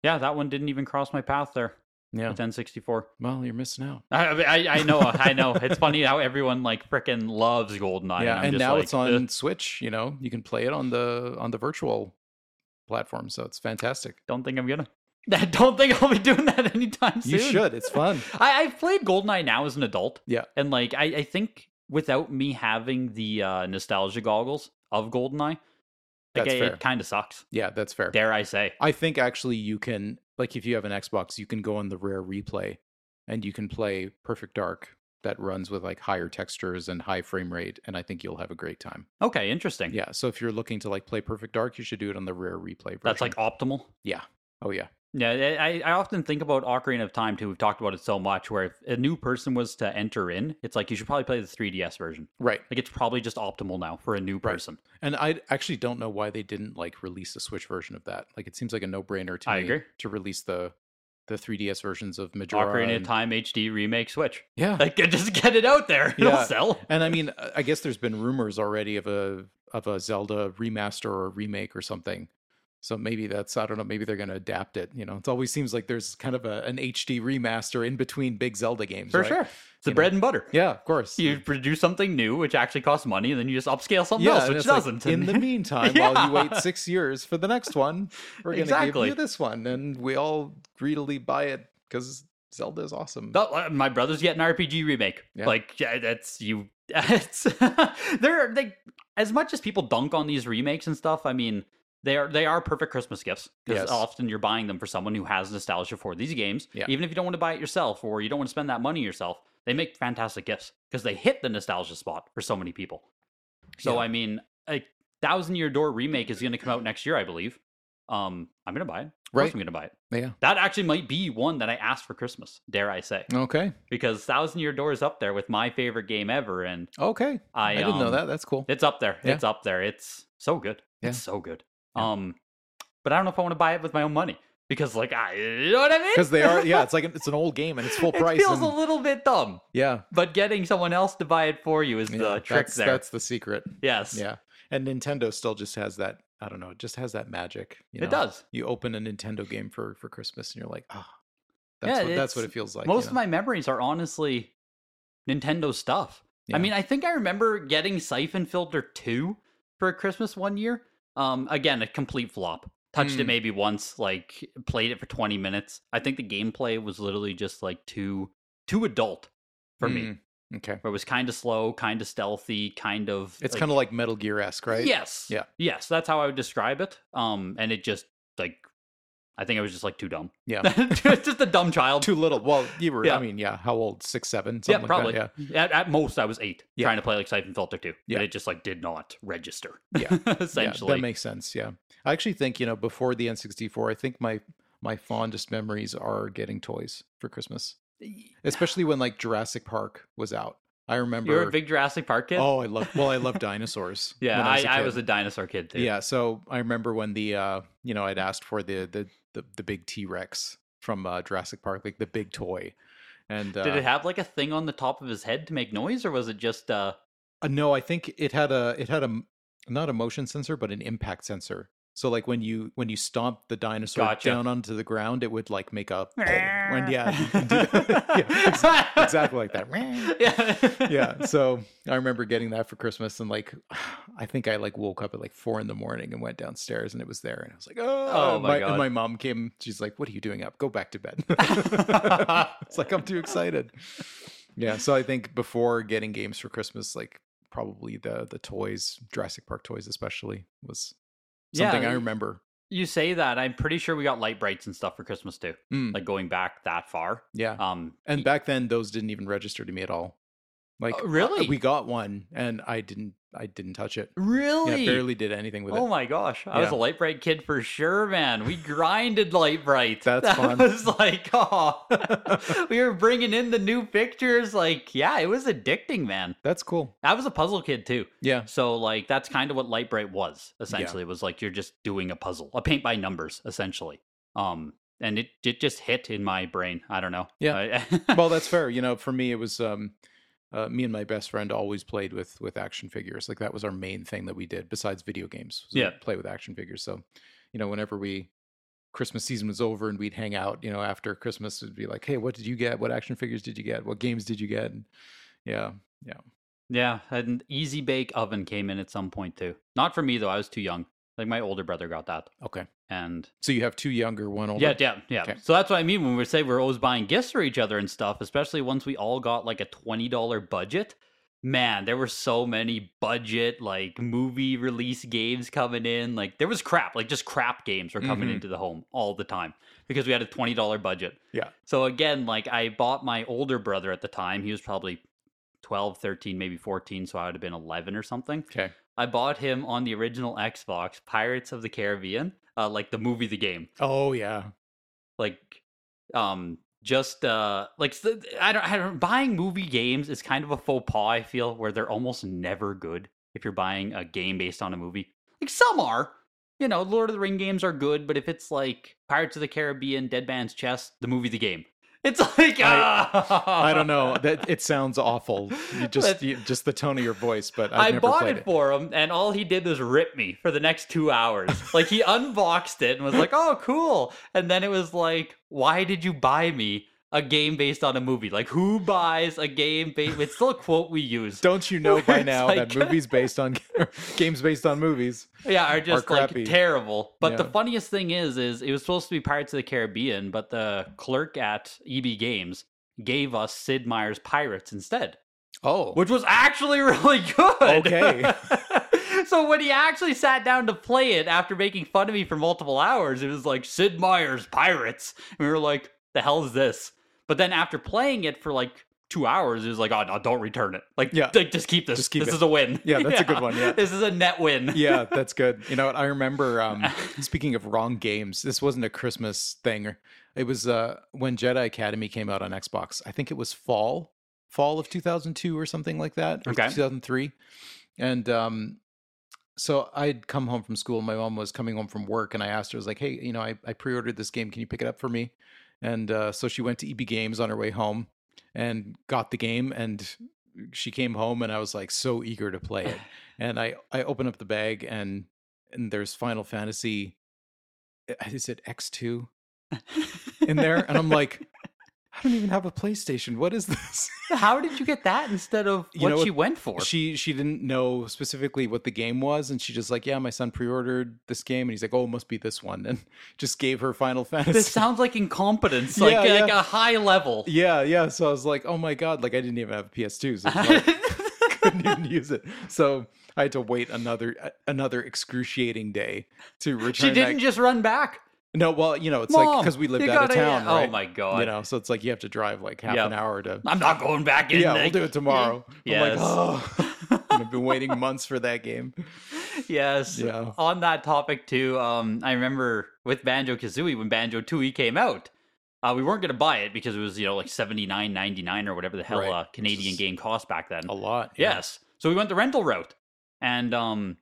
A: Yeah, that one didn't even cross my path there
B: Yeah.
A: with N64.
B: Well, you're missing out.
A: I, I, I know, I know. It's funny how everyone like frickin' loves Goldeneye.
B: yeah,
A: I'm
B: and
A: just
B: now
A: like,
B: it's on
A: "Ugh."
B: Switch. You know, you can play it on the on the virtual platform, so it's fantastic.
A: Don't think I'm gonna. I don't think I'll be doing that anytime soon.
B: You should. It's fun.
A: I, I've played Goldeneye now as an adult.
B: Yeah.
A: and like I, I think without me having the uh, nostalgia goggles of Goldeneye, like
B: That's
A: it,
B: fair.
A: kind of sucks.
B: yeah, that's fair.
A: Dare I say?
B: I think actually you can like if you have an Xbox, you can go on the rare replay, and you can play Perfect Dark that runs with like higher textures and high frame rate, and I think you'll have a great time.
A: Okay, interesting.
B: Yeah. So if you're looking to like play Perfect Dark, you should do it on the rare replay version.
A: that's like optimal.
B: oh yeah,
A: Yeah, eh, I, I often think about Ocarina of Time too. We've talked about it so much. Where if a new person was to enter in, it's like you should probably play the 3DS version.
B: right.
A: Like it's probably just optimal now for a new person.
B: And I actually don't know why they didn't like release a Switch version of that. Like it seems like a no-brainer to
A: I
B: me
A: agree.
B: to release the the 3DS versions of Majora.
A: Ocarina of
B: and,
A: Time HD remake Switch.
B: yeah.
A: Like just get it out there. It'll
B: Yeah.
A: sell.
B: and I mean, I guess there's been rumors already of a of a Zelda remaster or remake or something. So maybe that's I don't know. Maybe they're going to adapt it. You know, it always seems like there's kind of a, an HD remaster in between big Zelda games.
A: For
B: right?
A: sure. It's the
B: You know.
A: bread and butter.
B: Yeah, of course.
A: You produce something new, which actually costs money, and then you just upscale something
B: yeah,
A: else,
B: and
A: which
B: it's like,
A: doesn't.
B: in the meantime, while you wait six years for the next one, we're going to
A: Exactly.
B: give you this one, and we all greedily buy it because Zelda is awesome.
A: But, uh, my brother's getting an RPG remake.
B: Yeah.
A: Like yeah, that's you. It's they're they as much as people dunk on these remakes and stuff. I mean, They are they are perfect Christmas gifts because
B: Yes.
A: often you're buying them for someone who has nostalgia for these games.
B: Yeah.
A: Even if you don't want to buy it yourself or you don't want to spend that money yourself, they make fantastic gifts because they hit the nostalgia spot for so many people. So
B: Yeah.
A: I mean, a Thousand Year Door remake is going to come out next year, I believe. Um, I'm going to buy it. Of course
B: Right.
A: I'm going to buy it.
B: Yeah.
A: That actually might be one that I asked for Christmas. Dare I say?
B: Okay.
A: Because Thousand Year Door is up there with my favorite game ever, and
B: Okay.
A: I,
B: I, didn't know
A: um,
B: that. That's cool.
A: It's up there.
B: Yeah.
A: It's up there. It's so good.
B: Yeah.
A: It's so good.
B: Yeah.
A: Um, but I don't know if I want to buy it with my own money because, like, I you know what I mean.
B: Because they are, yeah, it's like,
C: like an, it's an old game and it's full
A: it
C: price.
A: feels
C: and-
A: a little bit dumb,
B: yeah.
A: but getting someone else to buy it for you is
B: yeah,
A: the trick
B: that's,
A: there.
B: That's the secret.
A: yes,
B: Yeah. And Nintendo still just has that, I don't know, it just has that magic. You know?
A: it does.
B: You open a Nintendo game for, for Christmas and you're like, ah,
A: Yeah,
B: that's, what, that's what
A: it's-
B: it feels like. you
A: Most
B: know?
A: of my memories are honestly Nintendo stuff.
B: Yeah.
A: I mean, I think I remember getting Siphon Filter 2 for Christmas one year. Um, again, a complete flop. Touched it
B: Mm.
A: maybe once, like played it for 20 minutes. I think the gameplay was literally just like too too adult for me.
B: Mm, Okay.
A: Where it was kind of slow, kind of stealthy, kind of
B: It's kind of like Metal Gear esque, right?
A: Yes.
B: Yeah.
A: Yes, that's how I would describe it. Um, and it just like I think I was just like too dumb.
B: Yeah.
A: just a dumb child.
B: Too little. Well, you were,
A: Yeah.
B: I mean, yeah, how old? Six, seven?
A: Yeah,
B: Something
A: probably. Mm-hmm.
B: Like
A: At,
B: that.
A: at most, I was eight
B: Yeah.
A: trying to play like Siphon Filter 2.
B: Yeah.
A: But it just like did not register.
B: Yeah. Yeah,
A: essentially.
B: that makes sense. Yeah. I actually think, you know, before the N64, I think my, my fondest memories are getting toys for Christmas, especially when like Jurassic Park was out. I remember.
A: You're a big Jurassic Park kid?
B: Oh, I love. Well, I love dinosaurs.
A: yeah.
B: when
A: I, I
B: kid.
A: was a dinosaur kid too.
B: Yeah, so I remember when the uh, you know, I'd asked for the the the, the big T Rex from uh, Jurassic Park, like the big toy. And uh,
A: Did it have like a thing on the top of his head to make noise or was it just uh
B: uh, no, I think it had a it had a m- not a motion sensor, but an impact sensor. So like when you when you stomped the dinosaur
A: Gotcha.
B: down onto the ground, it would like make a when yeah, yeah ex- exactly like that.
A: Yeah.
B: yeah so i remember getting that for christmas and like i think i like woke up at like four in the morning and went downstairs and it was there and i was like oh,
A: Oh my
B: and
A: God.
B: my mom came she's like what are you doing up go back to bed it's like i'm too excited yeah so i think before getting games for christmas like probably the the toys jurassic park toys especially was
A: Yeah,
B: something i
A: you-
B: remember
A: You say that. I'm pretty sure we got light brights and stuff for Christmas too.
B: Mm,
A: Like going back that far.
B: yeah
A: Um
B: and back then those didn't even register to me at all like uh,
A: Oh, really?
B: we got one and i didn't i didn't touch it
A: Really?
B: Yeah, barely did anything with
A: oh
B: it.
A: my gosh. I was
B: Yeah.
A: a light bright kid for sure, man. We grinded light bright.
B: That's
A: that
B: fun.
A: was like, oh, we were bringing in the new pictures. Like, yeah, it was addicting, man.
B: That's cool.
A: I was a puzzle kid too.
B: Yeah.
A: So, like, that's kind of what light bright was essentially. It was like you're just doing a puzzle, a paint by numbers, essentially. Um, and it, it just hit in my brain. I don't know.
B: Yeah.
A: I-
B: Well, that's fair. You know, for me, it was um, uh, me and my best friend always played with with action figures. Like that was our main thing that we did besides video games. was we'd
A: Yeah.
B: Play with action figures. So, you know, whenever we Christmas season was over and we'd hang out, you know, after Christmas, it'd be like, hey, what did you get? What action figures did you get? What games did you get? And, yeah.
A: yeah. An easy bake oven came in at some point too. Not for me though. I was too young. Like, my older brother got that.
B: Okay.
A: And
B: So you have two younger, one older.
A: Yeah, yeah, yeah.
B: Okay.
A: So that's what I mean when we say we're always buying gifts for each other and stuff, especially once we all got like a twenty dollar budget. Man, there were so many budget like movie release games coming in. Like there was crap, like just crap games were coming
B: Mhm.
A: into the home all the time because we had a twenty dollar budget.
B: Yeah.
A: So again, like I bought my older brother at the time. He was probably 12, 13, maybe 14, so I would have been 11 or something.
B: Okay.
A: I bought him on the original Xbox Pirates of the Caribbean, uh, like the movie the game
B: Oh yeah.
A: like um just uh like s- I don't I don't buying movie games is kind of a faux pas I feel where they're almost never good if you're buying a game based on a movie. Like some are. You know, Lord of the Ring games are good, but if it's like Pirates of the Caribbean, Dead Man's Chest, the movie the game. It's like
B: I don't know. That it sounds awful. You just
A: That's-
B: you, just the tone of your voice, but I've
A: I
B: never
A: bought
B: played
A: it, for him, and all he did was rip me for the next two hours. like he unboxed it and was like, "Oh, cool," and then it was like, "Why did you buy me a game based on a movie? Like, who buys a game based?" It's still a quote we use.
B: Don't you know by
A: It's
B: now
A: like-
B: that movies based on games based on movies?
A: yeah, are just like
B: crappy.
A: terrible. But the
B: Yeah.
A: funniest thing is, is it was supposed to be Pirates of the Caribbean, but the clerk at EB Games gave us Sid Meier's Pirates instead.
B: Oh,
A: which was actually really good.
B: Okay.
A: so when he actually sat down to play it after making fun of me for multiple hours, it was like Sid Meier's Pirates. And we were like, the hell is this? But then after playing it for like two hours, it was like, oh, no, don't return it. Like,
B: Yeah.
A: like just keep this.
B: Just keep
A: this
B: it.
A: is a win.
B: Yeah, that's a good one, yeah.
A: This is a net win.
B: yeah, that's good. You know what? I remember. Um, speaking of wrong games, this wasn't a Christmas thing. It was uh, when Jedi Academy came out on Xbox. I think it was fall, fall of 2002 or something like that, or
A: Okay.
B: 2003. And um, so I'd come home from school. My mom was coming home from work, and I asked her, I was like, "Hey, you know, I, I pre-ordered this game. Can you pick it up for me?" And uh, so she went to EB Games on her way home and got the game. And she came home, and I was like so eager to play it. And I I open up the bag, and and there's Final Fantasy. eh, Is it X two in there? And I'm like, I don't even have a PlayStation. What is this?
A: How did you get that instead of what
B: You know
A: she
B: what-
A: went for?
B: she she didn't know specifically what the game was and she just like yeah my son pre-ordered this game and he's like oh it must be this one and just gave her final fantasy
A: this sounds like incompetence, like,
B: Yeah, yeah.
A: like a high level.
B: yeah yeah so i was like oh my god like i didn't even have a ps2 so it's like, couldn't even use it so i had to wait another uh, another excruciating day to return
A: she didn't
B: that.
A: just run back.
B: no well you know it's like
A: Mom,
B: because we lived
A: you
B: out of
A: gotta-
B: town
A: Oh
B: right?
A: my god!
B: you know so it's like you have to drive like half
A: Yeah.
B: an hour to
A: I'm not going back in.
B: yeah
A: there.
B: we'll do it tomorrow
A: Yes.
B: i'm like oh i've been waiting months for that game
A: yes.
B: Yeah.
A: On that topic too, um, I remember with Banjo Kazooie when Banjo Tooie came out, uh, we weren't going to buy it because it was you know like seventy nine ninety nine or whatever the hell
B: Right,
A: uh,
B: which
A: Canadian
B: is
A: game cost back then.
B: a lot
A: Yes. So we went the rental route, and um,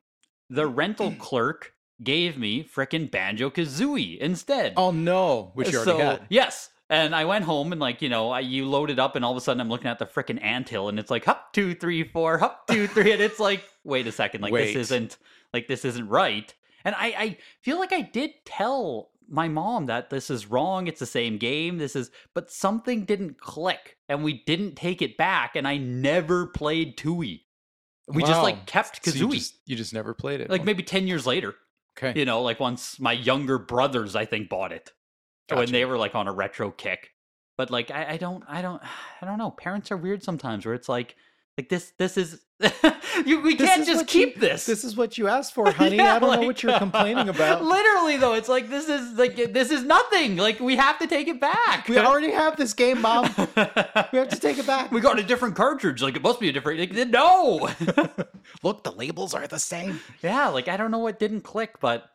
A: the rental clerk gave me frickin' Banjo Kazooie instead.
B: Oh no, which you already
A: so,
B: had.
A: Yes. And I went home and like, you know, I, you load it up and all of a sudden I'm looking at the frickin' anthill and it's like hup two, three, four, hup two, three. And it's like, wait a second, like
B: Wait.
A: this isn't like this isn't right. And I, I feel like I did tell my mom that this is wrong, it's the same game, this is but something didn't click and we didn't take it back and I never played Tui. We just
B: Wow.
A: like kept
B: So you
A: Kazooie.
B: just, you just never played it.
A: like maybe ten years later
B: okay,
A: you know, like once my younger brothers, I think, bought it when
B: Gotcha.
A: they were like on a retro kick. But like, I, I don't, I don't, I don't know. Parents are weird sometimes, where it's like, like this, this is, you, we
B: This
A: can't
B: is
A: just
B: what you-
A: keep this.
B: this is what you asked for, honey.
A: Yeah,
B: I don't know
A: like-
B: what you're complaining about.
A: Literally, though, it's like this is like this is nothing. Like we have to take it back.
B: we already have this game, mom. We
A: we
B: have to take it back.
A: got a different cartridge. Like it must be a different. Like, no.
B: Look, the labels are the same.
A: Yeah, like I don't know what didn't click, but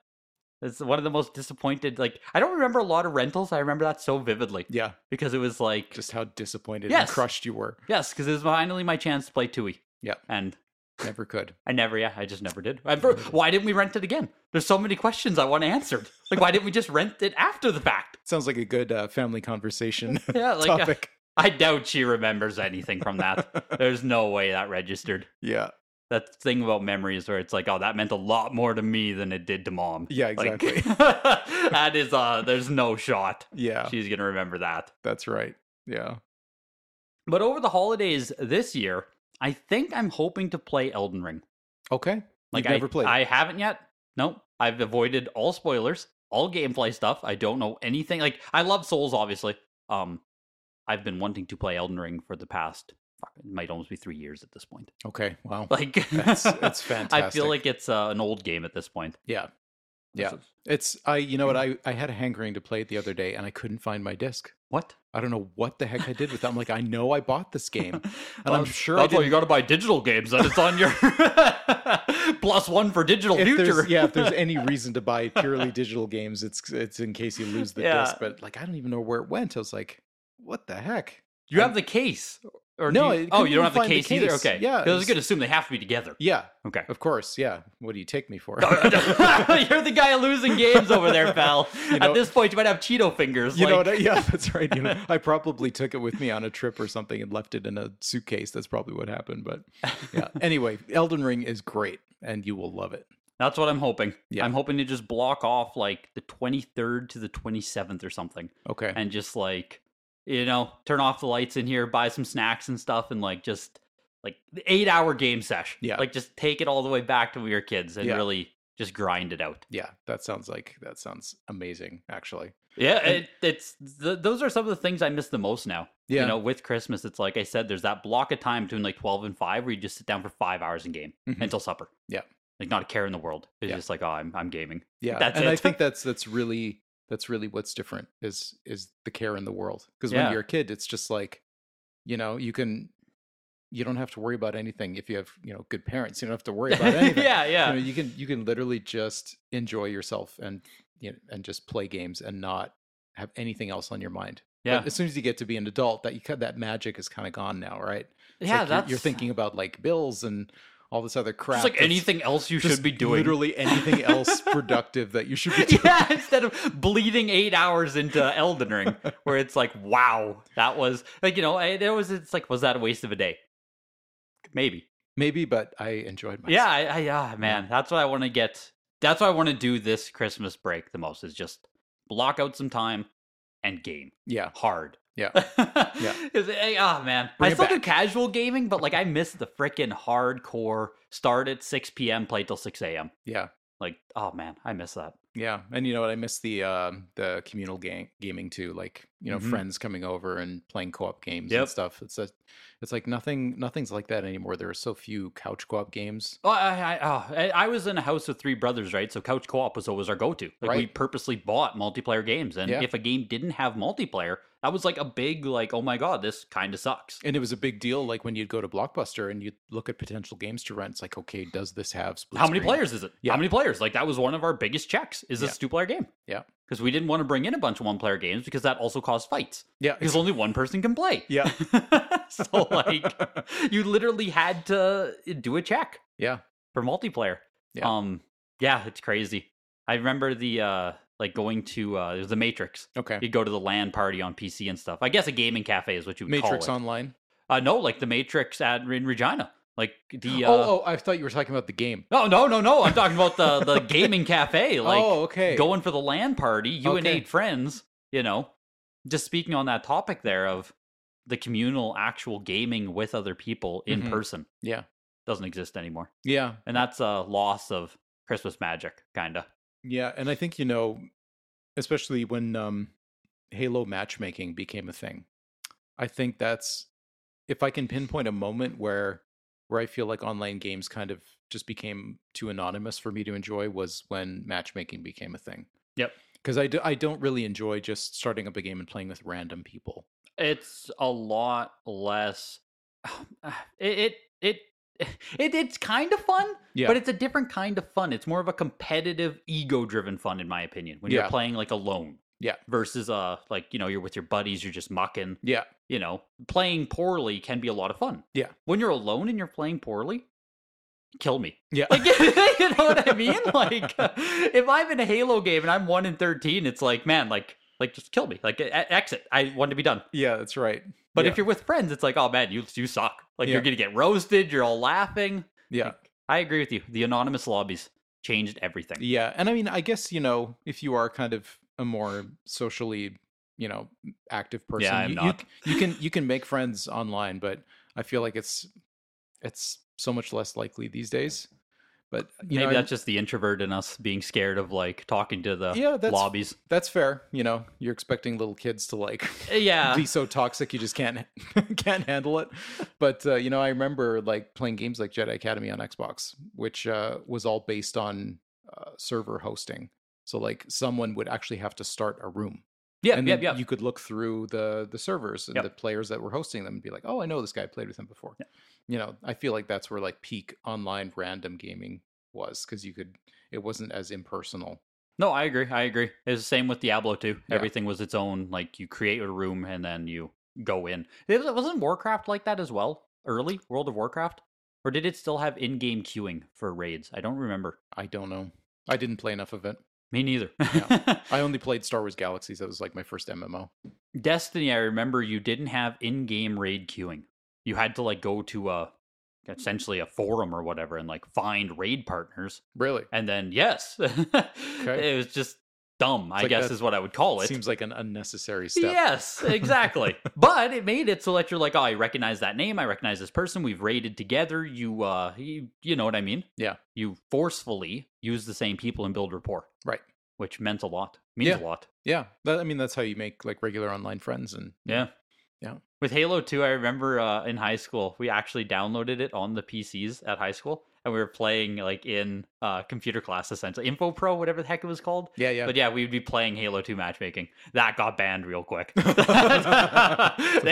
A: it's one of the most disappointed. Like I don't remember a lot of rentals. I remember that so vividly
B: Yeah,
A: because it was like
B: just how disappointed and
A: Yes.
B: crushed you were.
A: yes, because it was finally my chance to play Tui.
B: Yeah.
A: and
B: Never could.
A: I never. Yeah, I just never did. I, bro, why didn't we rent it again? There's so many questions I want answered. Like why didn't we just rent it after the fact?
B: Sounds like a good uh, family conversation
A: Yeah, like uh, I,
B: topic.
A: I doubt she remembers anything from that. There's no way that registered.
B: yeah,
A: That thing about memories where it's like, oh, that meant a lot more to me than it did to mom.
B: yeah,
A: Like,
B: exactly.
A: that is uh there's no shot
B: yeah,
A: she's gonna remember that.
B: that's right. Yeah.
A: But over the holidays this year, I think I'm hoping to play Elden Ring.
B: Okay.
A: Like
B: You've
A: I,
B: never played. it.
A: I haven't yet. Nope. I've avoided all spoilers, all gameplay stuff. I don't know anything. Like I love Souls, obviously. Um I've been wanting to play Elden Ring for the past fuck, it might almost be three years at this point.
B: okay. Wow.
A: Like
B: That's- that's
A: I
B: fantastic.
A: feel like it's uh, an old game at this point.
B: Yeah. Yeah. It's I. You know what? I I had a hankering to play it the other day, and I couldn't find my disc.
A: What?
B: I don't know what the heck I did with that. I'm like, I know I bought this game.
A: Well,
B: I'm sure I
A: that's why Um, oh, you
B: didn't-
A: got to buy digital games. That it's on your plus one for digital
B: If
A: future.
B: there's, yeah, if there's any reason to buy purely digital games, it's it's in case you lose the
A: Yeah.
B: disc. But like, I don't even know where it went. I was like, what the heck?
A: you have the case, or do
B: No,
A: you-
B: it
A: oh,
B: couldn't
A: you don't
B: even
A: have the
B: find the
A: case, either.
B: case.
A: Okay,
B: Yeah,
A: I was
B: it's-
A: gonna assume they have to be together.
B: Yeah,
A: Okay.
B: of course. Yeah. What do you take me for?
A: You're the guy losing games over there, pal. At
B: know-
A: this point, you might have Cheeto fingers.
B: You know
A: like-
B: what? I, yeah, that's right. You know, I probably took it with me on a trip or something and left it in a suitcase. That's probably what happened. But yeah. Anyway, Elden Ring is great, and you will love it.
A: That's what I'm hoping.
B: Yeah.
A: I'm hoping to just block off like the 23rd to the 27th or something,
B: Okay.
A: and just like you know, turn off the lights in here, buy some snacks and stuff, and like just like the eight hour game sesh.
B: Yeah.
A: like just take it all the way back to when we were kids and
B: Yeah.
A: really just grind it out.
B: yeah, that sounds like that sounds amazing. Actually.
A: Yeah,
B: And-
A: it, it's th- those are some of the things I miss the most now.
B: Yeah.
A: You know, with Christmas, it's like I said, there's that block of time between like 12 and 5 where you just sit down for five hours and game
B: Mhm.
A: until supper.
B: Yeah.
A: Like not a care in the world. It's
B: Yeah.
A: just like, oh, I'm I'm gaming.
B: Yeah,
A: That's
B: and I
A: it.
B: think that's that's really that's really what's different is is the care in the world. Because
A: Yeah.
B: when you're a kid, it's just like, you know, you can you don't have to worry about anything if you have you know good parents. You don't have to worry about anything.
A: yeah, yeah.
B: You, know, you can you can literally just enjoy yourself and you know, and just play games and not have anything else on your mind.
A: yeah.
B: But as soon as you get to be an adult, that you cut that magic is kind of gone now, right? It's
A: yeah,
B: like you're,
A: that's
B: you're thinking about like bills and all this other crap.
A: just like
B: that's-
A: anything else you
B: just
A: should be doing.
B: literally anything else productive that you should be doing.
A: yeah, instead of bleeding eight hours into Elden Ring, where it's like, wow, that was like, you know, I, there was, it's like, was that a waste of a day? Maybe.
B: Maybe, but I enjoyed myself.
A: Yeah, I, I, ah, man, that's what I want to get. That's what I want to do this Christmas break the most is just block out some time and game
B: Yeah.
A: hard.
B: Yeah.
A: yeah. oh man,
B: Bring
A: I
B: it
A: still do
B: back.
A: casual gaming, but like I miss the freaking hardcore start at 6 p.m. play till 6 a.m.
B: Yeah.
A: Like, oh man, I miss that.
B: Yeah. And you know what? I miss the um the communal game gaming too. Like, you know,
A: Mhm.
B: friends coming over and playing co op games
A: Yep.
B: and stuff. It's a, it's like nothing nothing's like that anymore. There are so few couch co op games.
A: Oh, I, I, oh, I- I was in a house with three brothers, right? So couch co-op was always our go-to. Like we
B: Right.
A: purposely bought multiplayer games, and
B: Yeah.
A: if a game didn't have multiplayer, that was like a big like, oh my god, this kind of sucks.
B: And it was a big deal like when you'd go to Blockbuster and you'd look at potential games to rent. It's like, okay, does this have split
A: How many
B: screen?
A: players is it?
B: Yeah.
A: How many players? Like that was one of our biggest checks. Is this
B: Yeah.
A: a two-player game?
B: Yeah.
A: Because we didn't want to bring in a bunch of one-player games because that also caused fights.
B: Yeah.
A: Because only one person can play.
B: Yeah.
A: so like, you literally had to do a check.
B: Yeah.
A: for multiplayer.
B: Yeah.
A: Um yeah, it's crazy. I remember the uh like going to uh it was the Matrix.
B: Okay.
A: You'd go to the LAN party on PC and stuff. I guess a gaming cafe is what you would
B: Matrix
A: call it.
B: Online.
A: uh no, like the Matrix at in Regina. Like the uh
B: Oh, oh, I thought you were talking about the game.
A: No, no, no, no. I'm talking about the the gaming cafe like
B: oh, okay.
A: going for the LAN party, you and
B: Okay.
A: eight friends, you know. Just speaking on that topic there of the communal actual gaming with other people in
B: Mhm.
A: person
B: Yeah.
A: doesn't exist anymore
B: Yeah.
A: and that's a loss of Christmas magic, kind of.
B: Yeah, and I think you know, especially when um, Halo matchmaking became a thing, I think that's if I can pinpoint a moment where where I feel like online games kind of just became too anonymous for me to enjoy was when matchmaking became a thing.
A: Yep.
B: Because I, do, I don't really enjoy just starting up a game and playing with random people.
A: It's a lot less. It it it, it it's kind of fun,
B: Yeah.
A: but it's a different kind of fun. It's more of a competitive, ego-driven fun, in my opinion. When
B: Yeah.
A: you're playing like alone,
B: Yeah.
A: versus uh like you know you're with your buddies, you're just mucking.
B: yeah.
A: You know, playing poorly can be a lot of fun.
B: Yeah.
A: When you're alone and you're playing poorly, kill me.
B: Yeah.
A: Like, you know what I mean? Like, if I'm in a Halo game and I'm one in thirteen, it's like, man, like, like just kill me, like e- exit. I want to be done.
B: yeah, that's right.
A: But
B: Yeah.
A: if you're with friends, it's like, oh man, you you suck. Like
B: Yeah.
A: you're gonna get roasted. You're all laughing.
B: Yeah.
A: I agree with you. The anonymous lobbies changed everything.
B: Yeah, and I mean, I guess you know, if you are kind of a more socially, you know, active person,
A: I'm
B: you, you
A: not.
B: c- You, can you can make friends online, but I feel like it's it's so much less likely these days. But you
A: Maybe
B: know, I-
A: that's just the introvert in us being scared of like talking to the
B: yeah, that's
A: lobbies.
B: that's fair. You know, you're expecting little kids to like
A: Yeah,
B: be so toxic you just can't can't handle it. But uh, you know, I remember like playing games like Jedi Academy on Xbox, which uh, was all based on uh, server hosting. So like someone would actually have to start a room,
A: yeah,
B: and
A: yeah,
B: then
A: yeah.
B: you could look through the the servers and
A: Yep.
B: the players that were hosting them and be like, oh, I know this guy I played with him before.
A: Yeah.
B: You know, I feel like that's where like peak online random gaming was because you could it wasn't as impersonal.
A: No, I agree. I agree. It's the same with Diablo too.
B: Yeah.
A: Everything was its own. Like you create a room and then you go in. It was- wasn't Warcraft like that as well. Early World of Warcraft, or did it still have in-game queuing for raids? I don't remember.
B: I don't know. I didn't play enough of it.
A: Me neither.
B: I only played Star Wars Galaxies. That was like my first MMO.
A: Destiny, I remember you didn't have in-game raid queuing. You had to like go to a essentially a forum or whatever and like find raid partners
B: Really?
A: and then yes it was just dumb i
B: like
A: guess
B: that
A: is what i would call Oh, it
B: Seems like an unnecessary step.
A: Yes, exactly. but it made it so that you're like, oh, I recognize that name. I recognize this person. We've raided together. You, uh, you, you know what I mean?
B: Yeah.
A: You forcefully use the same people and build rapport.
B: Right.
A: Which meant a lot. Means
B: Yeah.
A: a lot.
B: Yeah. That, I mean, that's how you make like regular online friends. And
A: Yeah.
B: Yeah.
A: With Halo 2, I remember uh, in high school, we actually downloaded it on the PCs at high school and we were playing like in uh, computer class essentially info pro whatever the heck it was called
B: Yeah, yeah.
A: but yeah we would be playing halo 2 matchmaking that got banned real quick they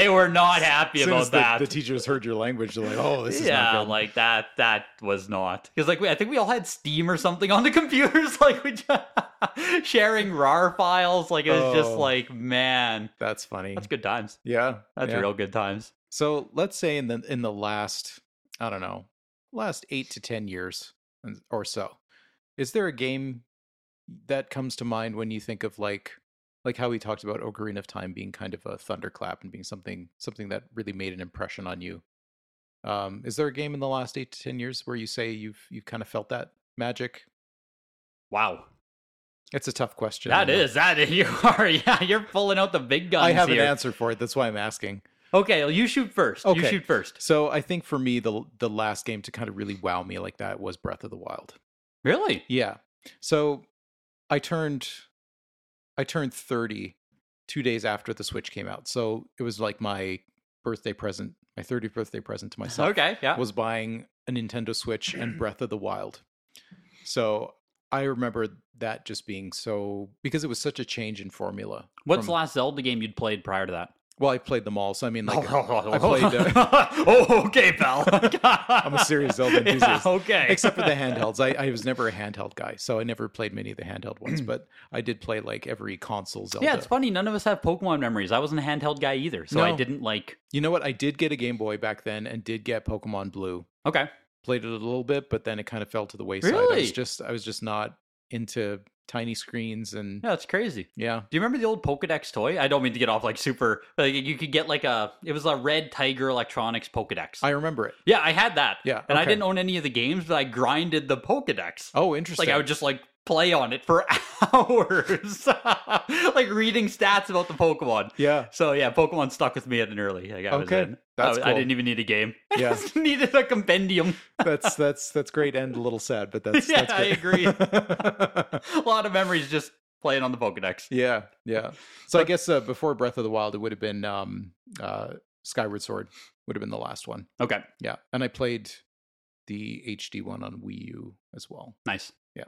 A: were not happy
B: As soon
A: about
B: as the,
A: that
B: The teachers heard your language. They're like, "Oh, this is
A: yeah,
B: not good.
A: like that. That was not because like we, I think we all had Steam or something on the computers, like we just, sharing RAR files. Like it was just
B: Oh.
A: like, man,
B: That's funny.
A: that's good times.
B: yeah,
A: That's
B: yeah.
A: real good times.
B: So let's say in the in the last, I don't know, last eight to ten years and- or so, is there a game that comes to mind when you think of like like how we talked about Ocarina of Time being kind of a thunderclap and being something something that really made an impression on you? Um, is there a game in the last eight to ten years where you say you've you've kind of felt that magic?
A: Wow,
B: It's a tough question. I
A: that
B: know.
A: is that is, you are. Yeah, you're pulling out the big guns
B: I have
A: here.
B: an answer for it. That's why I'm asking.
A: Okay, well, you shoot first. You
B: Okay.
A: shoot first.
B: So I think for me, the the last game to kind of really wow me like that was Breath of the Wild.
A: Really?
B: Yeah. So I turned I turned 30 two days after the Switch came out. So it was like my birthday present, my 30th birthday present to myself
A: Okay. Yeah.
B: was buying a Nintendo Switch and Breath of the Wild. So I remember that just being so because it was such a change in formula.
A: What's
B: from-
A: the last Zelda game you'd played prior to that?
B: Well, I played them all, so I mean like
A: I
B: played, uh,
A: oh, okay, pal.
B: I'm a serious Zelda
A: Yeah,
B: enthusiast.
A: okay.
B: except for the handhelds. I, I was never a handheld guy, so I never played many of the handheld ones. But I did play like every console Zelda.
A: Yeah, it's funny. None of us have Pokemon memories. I wasn't a handheld guy either, so I
B: No.
A: didn't like.
B: You know what? I did get a Game Boy back then, and did get Pokemon Blue.
A: Okay,
B: Played it a little bit, but then it kind of fell to the wayside. I
A: Really?
B: was just I was just not into tiny screens and
A: yeah, it's crazy.
B: yeah.
A: Do you remember the old Pokedex toy? I don't mean to get off like super. Like you could get like a. It was a Red Tiger Electronics Pokedex.
B: I remember it.
A: yeah, I had that.
B: Yeah,
A: and I
B: okay.
A: didn't own any of the games, but I grinded the Pokedex.
B: Oh, interesting.
A: like I would just like play on it for hours, like reading stats about the Pokemon.
B: yeah.
A: So yeah, Pokemon stuck with me at an early. Like, I was
B: Okay,
A: in. I,
B: that's
A: was- I
B: cool.
A: didn't even need a game. I
B: Yeah.
A: just needed a compendium.
B: That's that's that's great and a little sad, but that's
A: Yeah,
B: that's
A: I
B: agree.
A: a lot of memories just playing on the Pokedex.
B: yeah, yeah. So I guess uh, before Breath of the Wild, it would have been um, uh, Skyward Sword would have been the last one.
A: Okay,
B: Yeah, and I played the HD one on Wii U as well.
A: nice.
B: Yeah.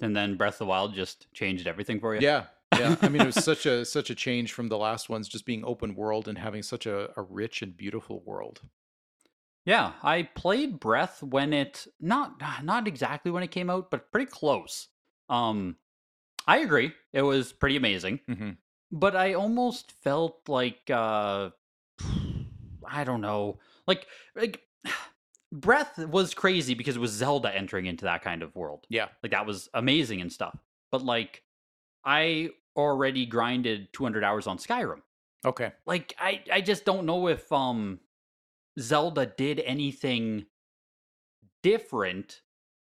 A: And then Breath of the Wild just changed everything for you.
B: Yeah, yeah. I mean, it was such a such a change from the last ones, just being open world and having such a, a rich and beautiful world.
A: Yeah, I played Breath when it not not exactly when it came out, but pretty close. Um I agree. It was pretty amazing.
B: Mm-hmm.
A: but I almost felt like uh I don't know. Like like Breath was crazy because it was Zelda entering into that kind of world.
B: Yeah.
A: Like that was amazing and stuff. But like I already grinded 200 hours on Skyrim.
B: Okay.
A: Like I I just don't know if um Zelda did anything different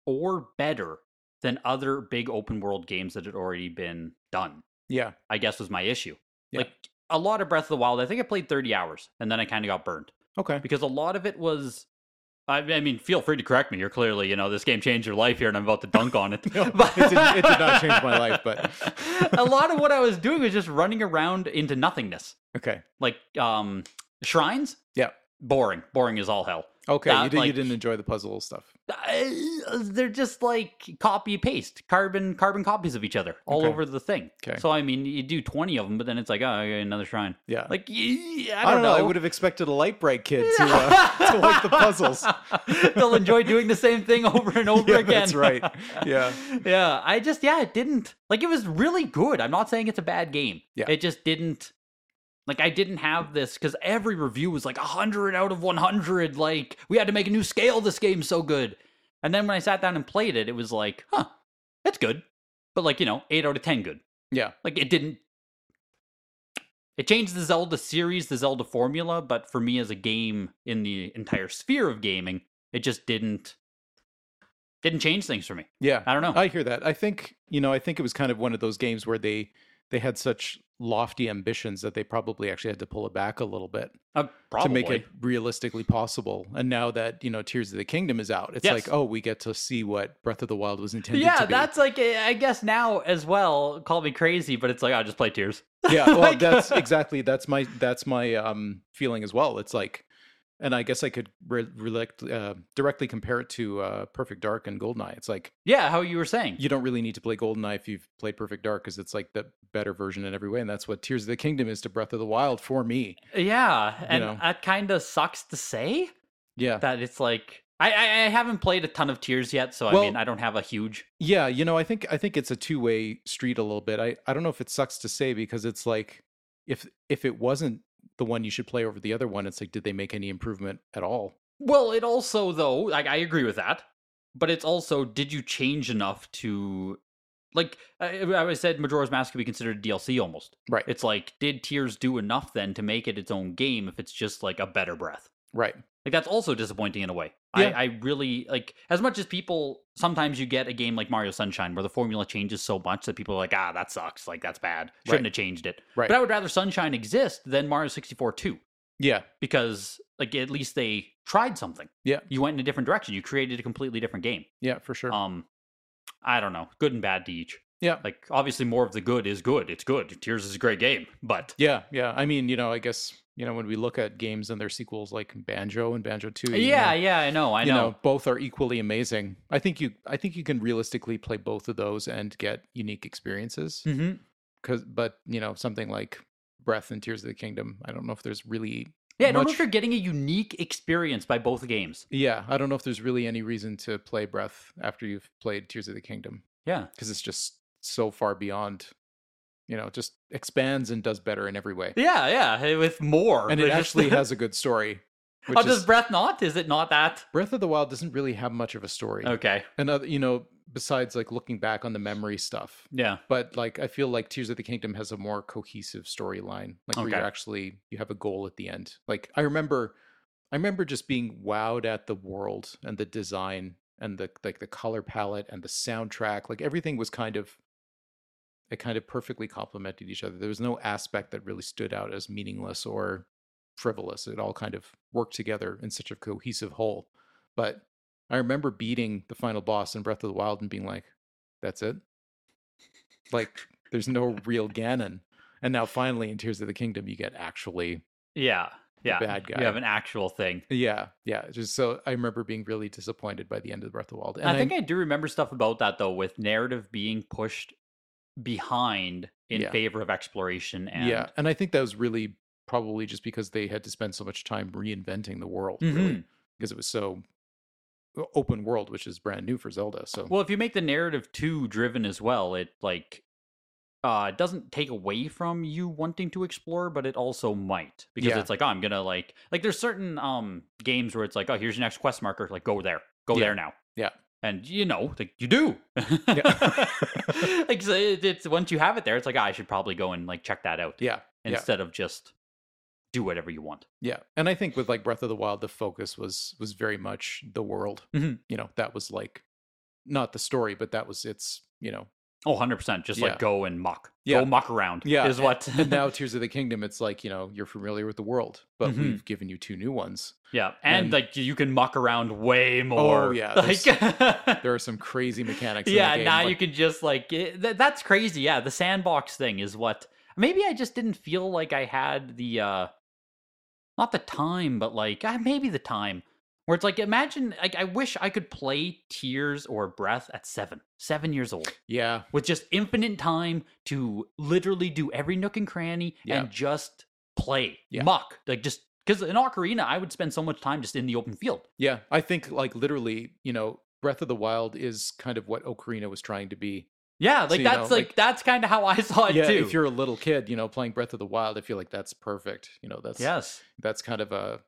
A: or better than other big open world games that had already been done.
B: Yeah.
A: I guess was my issue.
B: Yeah.
A: Like a lot of Breath of the Wild, I think I played 30 hours and then I kind of got burned
B: Okay.
A: because a lot of it was. I I mean, feel free to correct me. You're clearly, you know, this game changed your life here, and I'm about to dunk on it.
B: No, it did- it did not change my life, but-
A: a lot of what I was doing was just running around into nothingness,
B: Okay.
A: like um shrines.
B: Yeah.
A: boring, boring is all hell.
B: Okay.
A: That,
B: you, did,
A: like-
B: you didn't enjoy the puzzle stuff.
A: I- Uh, they're just like copy paste carbon carbon copies of each other all
B: Okay.
A: over the thing
B: Okay.
A: so i mean you do 20 of them but then it's like oh okay, another shrine
B: Yeah.
A: like y- i
B: Uh, I
A: don't, know,
B: I would have expected a light bright kid to uh, to like the puzzles.
A: they'll enjoy doing the same thing over and over
B: Yeah,
A: again
B: that's right. Yeah.
A: yeah i just yeah it didn't like it was really good i'm not saying it's a bad game
B: Yeah.
A: it just didn't like i didn't have this because every review was like 100 out of 100 like we had to make a new scale this game's so good and then when i sat down and played it it was like huh that's good but like you know 8 out of 10 good
B: Yeah.
A: like it didn't it changed the zelda series the zelda formula but for me as a game in the entire sphere of gaming it just didn't didn't change things for me
B: Yeah.
A: i don't know
B: I hear that. I think you know. I think it was kind of one of those games where they they had such lofty ambitions that they probably actually had to pull it back a little bit
A: Uh, probably.
B: to make it realistically possible. And now that you know Tears of the Kingdom is out, it's
A: Yes.
B: like oh, we get to see what Breath of the Wild was intended.
A: yeah,
B: to be.
A: that's like eh, I guess now as well. Call me crazy, but it's like I just play Tears.
B: yeah. Well,
A: like-
B: that's exactly that's my that's my um feeling as well. It's like and I guess I could re- relect, uh, directly compare it to uh, Perfect Dark and Goldeneye. It's like
A: Yeah, how you were saying.
B: you don't really need to play Goldeneye if you've played Perfect Dark because it's like the better version in every way, and that's what Tears of the Kingdom is to Breath of the Wild for me.
A: Yeah, and
B: know.
A: that kind of sucks to say
B: Yeah,
A: that it's like I, I I haven't played a ton of tiers yet, so I
B: Well-
A: mean I don't have a huge.
B: yeah. You know, I think I think it's a two way street a little bit. I I don't know if it sucks to say because it's like if if it wasn't the one you should play over the other one, it's like did they make any improvement at all?
A: Well, it also though like I agree with that, but it's also did you change enough to like I, I said Majora's Mask could be considered DLC almost.
B: Right.
A: It's like did tiers do enough then to make it its own game if it's just like a better breath.
B: Right.
A: Like that's also disappointing in a way.
B: Yeah.
A: I, I really like as much as people sometimes you get a game like Mario Sunshine where the formula changes so much that people are like, ah, that sucks, like that's bad. Shouldn't
B: Right.
A: have changed it.
B: Right.
A: But I would rather Sunshine exist than Mario 64 too.
B: Yeah.
A: Because like at least they tried something.
B: Yeah.
A: You went in a different direction. You created a completely different game.
B: Yeah. For sure.
A: Um I don't know. Good and bad to each.
B: Yeah.
A: Like obviously more of the good is good. It's good. Tears is a great game. But
B: Yeah, yeah. I mean, you know, I guess you know when we look at games and their sequels like Banjo and Banjo Two.
A: yeah, yeah, I know, I
B: you
A: know.
B: know, both are equally amazing. I think you, I think you can realistically play both of those and get unique experiences.
A: hmm
B: Because, but you know, something like Breath and Tears of the Kingdom. I don't know if there's really.
A: Yeah, I don't know
B: Much-
A: if you're getting a unique experience by both games.
B: Yeah, I don't know if there's really any reason to play Breath after you've played Tears of the Kingdom
A: Yeah.
B: because it's just so far beyond. You know, it just expands and does better in every way,
A: Yeah, yeah, hey, with more.
B: and it
A: There's just-
B: actually has a good story. Which
A: oh,
B: is,
A: does Breath not? Is it not that?
B: Breath of the Wild doesn't really have much of a story.
A: Okay.
B: And other, you know, besides like looking back on the memory stuff.
A: Yeah.
B: But like I feel like Tears of the Kingdom has a more cohesive storyline. Like where
A: Okay.
B: you're actually you have a goal at the end. Like I remember I remember just being wowed at the world and the design and the like the color palette and the soundtrack. Like everything was kind of it kind of perfectly complemented each other. There was no aspect that really stood out as meaningless or frivolous. It all kind of worked together in such a cohesive whole. But I remember beating the final boss in Breath of the Wild and being like, that's it. Like, there's no real Ganon. And now finally in Tears of the Kingdom, you get actually.
A: Yeah. Yeah.
B: bad guy.
A: You have an actual thing.
B: Yeah. Yeah. Just so I remember being really disappointed by the end of Breath of the Wild. And
A: I think I do remember stuff about that though, with narrative being pushed behind in
B: Yeah.
A: favor of exploration and
B: yeah. And I think that was really probably just because they had to spend so much time reinventing the world, really,
A: Mhm.
B: because it was so uh, open world, which is brand new for Zelda. So,
A: Well, if you make the narrative too driven as well, it like uh it doesn't take away from you wanting to explore, but it also might because
B: Yeah.
A: it's like, oh, I'm gonna like like there's certain um games where it's like, oh, here's your next quest marker, like go there, go
B: Yeah.
A: there now.
B: Yeah.
A: and you know, like you do. like so it, it's once you have it there, it's like "Ah, I should probably go and like check that out
B: yeah. Yeah.
A: instead of just do whatever you want.
B: Yeah, and I think with like Breath of the Wild, the focus was was very much the world.
A: Mhm.
B: You know, that was like not the story, but that was its. You know,
A: Oh, 100%. Just
B: Yeah.
A: like go and muck.
B: Yeah.
A: Go muck around.
B: Yeah,
A: Is what.
B: and now Tears of the Kingdom, it's like you know you're familiar with the world, but
A: Mhm.
B: we've given you two new ones.
A: Yeah, and,
B: And- Oh,
A: like you can muck around way more.
B: yeah,
A: like
B: there's- There are some crazy mechanics. in the
A: yeah.
B: game,
A: Now you
B: like-
A: can just like it, th- that's crazy. Yeah, the sandbox thing is what. Maybe I just didn't feel like I had the uh not the time, but like ah, maybe the time where it's like imagine like I wish I could play Tears or Breath at seven, seven years old
B: Yeah,
A: with just infinite time to literally do every nook and cranny
B: Yeah.
A: and just play
B: Yeah.
A: muck like just because in ocarina i would spend so much time just in the open field
B: yeah. I think like literally, you know, Breath of the Wild is kind of what Ocarina was trying to be.
A: Yeah,
B: So,
A: like
B: you know,
A: that's like,
B: like-
A: that's kind of how I saw it
B: yeah,
A: too.
B: if you're a little kid, you know, playing Breath of the Wild, I feel like that's perfect. You know, that's
A: yes,
B: that's kind of a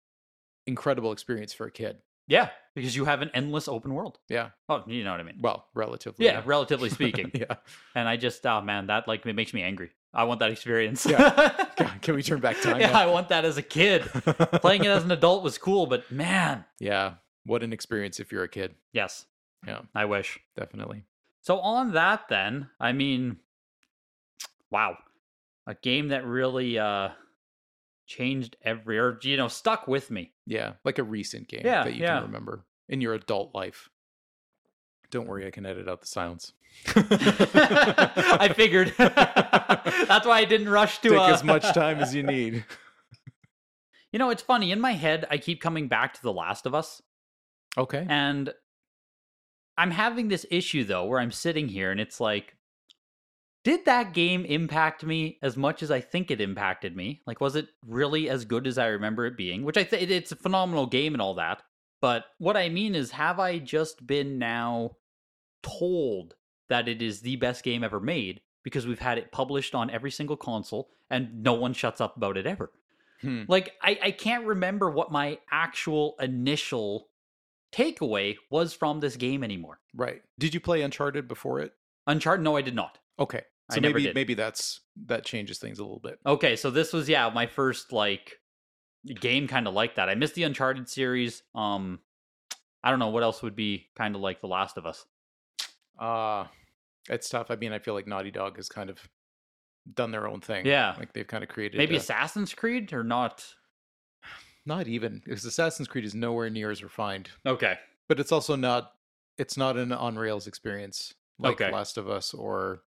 B: incredible experience for a kid.
A: yeah, because you have an endless open world.
B: Yeah.
A: Oh, you know what I mean.
B: Well, relatively.
A: Yeah, relatively speaking.
B: yeah.
A: and I just, oh man, that like it makes me angry. I want that experience.
B: Yeah. God, can we turn back time?
A: yeah, I want that as a kid.
B: now?
A: Playing it as an adult was cool, but man,
B: yeah. What an experience if you're a kid.
A: yes,
B: Yeah.
A: I wish.
B: Definitely.
A: So on that, then, I mean, wow, a game that really uh changed every, or you know, stuck with me.
B: Yeah. Like a recent game
A: Yeah,
B: that you
A: yeah.
B: can remember in your adult life. Don't worry, I can edit out the silence.
A: I figured. That's why I didn't rush to
B: Take
A: uh,
B: as much time as you need.
A: You know, it's funny. In my head, I keep coming back to The Last of Us,
B: Okay.
A: and I'm having this issue though, where I'm sitting here and it's like, did that game impact me as much as I think it impacted me? Like, was it really as good as I remember it being? Which I think it's a phenomenal game and all that. But what I mean is, have I just been now told that it is the best game ever made because we've had it published on every single console and no one shuts up about it ever?
B: Hmm.
A: Like, I, I can't remember what my actual initial takeaway was from this game anymore.
B: Right. Did you play Uncharted before it?
A: Uncharted? No, I did not.
B: Okay.
A: I
B: So
A: never
B: maybe
A: did.
B: maybe that's that changes things a little bit.
A: Okay, so this was yeah my first like game kind of like that. I missed the Uncharted series. Um, I don't know what else would be kind of like The Last of Us.
B: Uh it's tough. I mean, I feel like Naughty Dog has kind of done their own thing.
A: Yeah.
B: Like they've kind of created
A: Maybe
B: a-
A: Assassin's Creed or not.
B: not even because Assassin's Creed is nowhere near as refined,
A: Okay,
B: but it's also not it's not an on rails experience like
A: Okay.
B: Last of Us or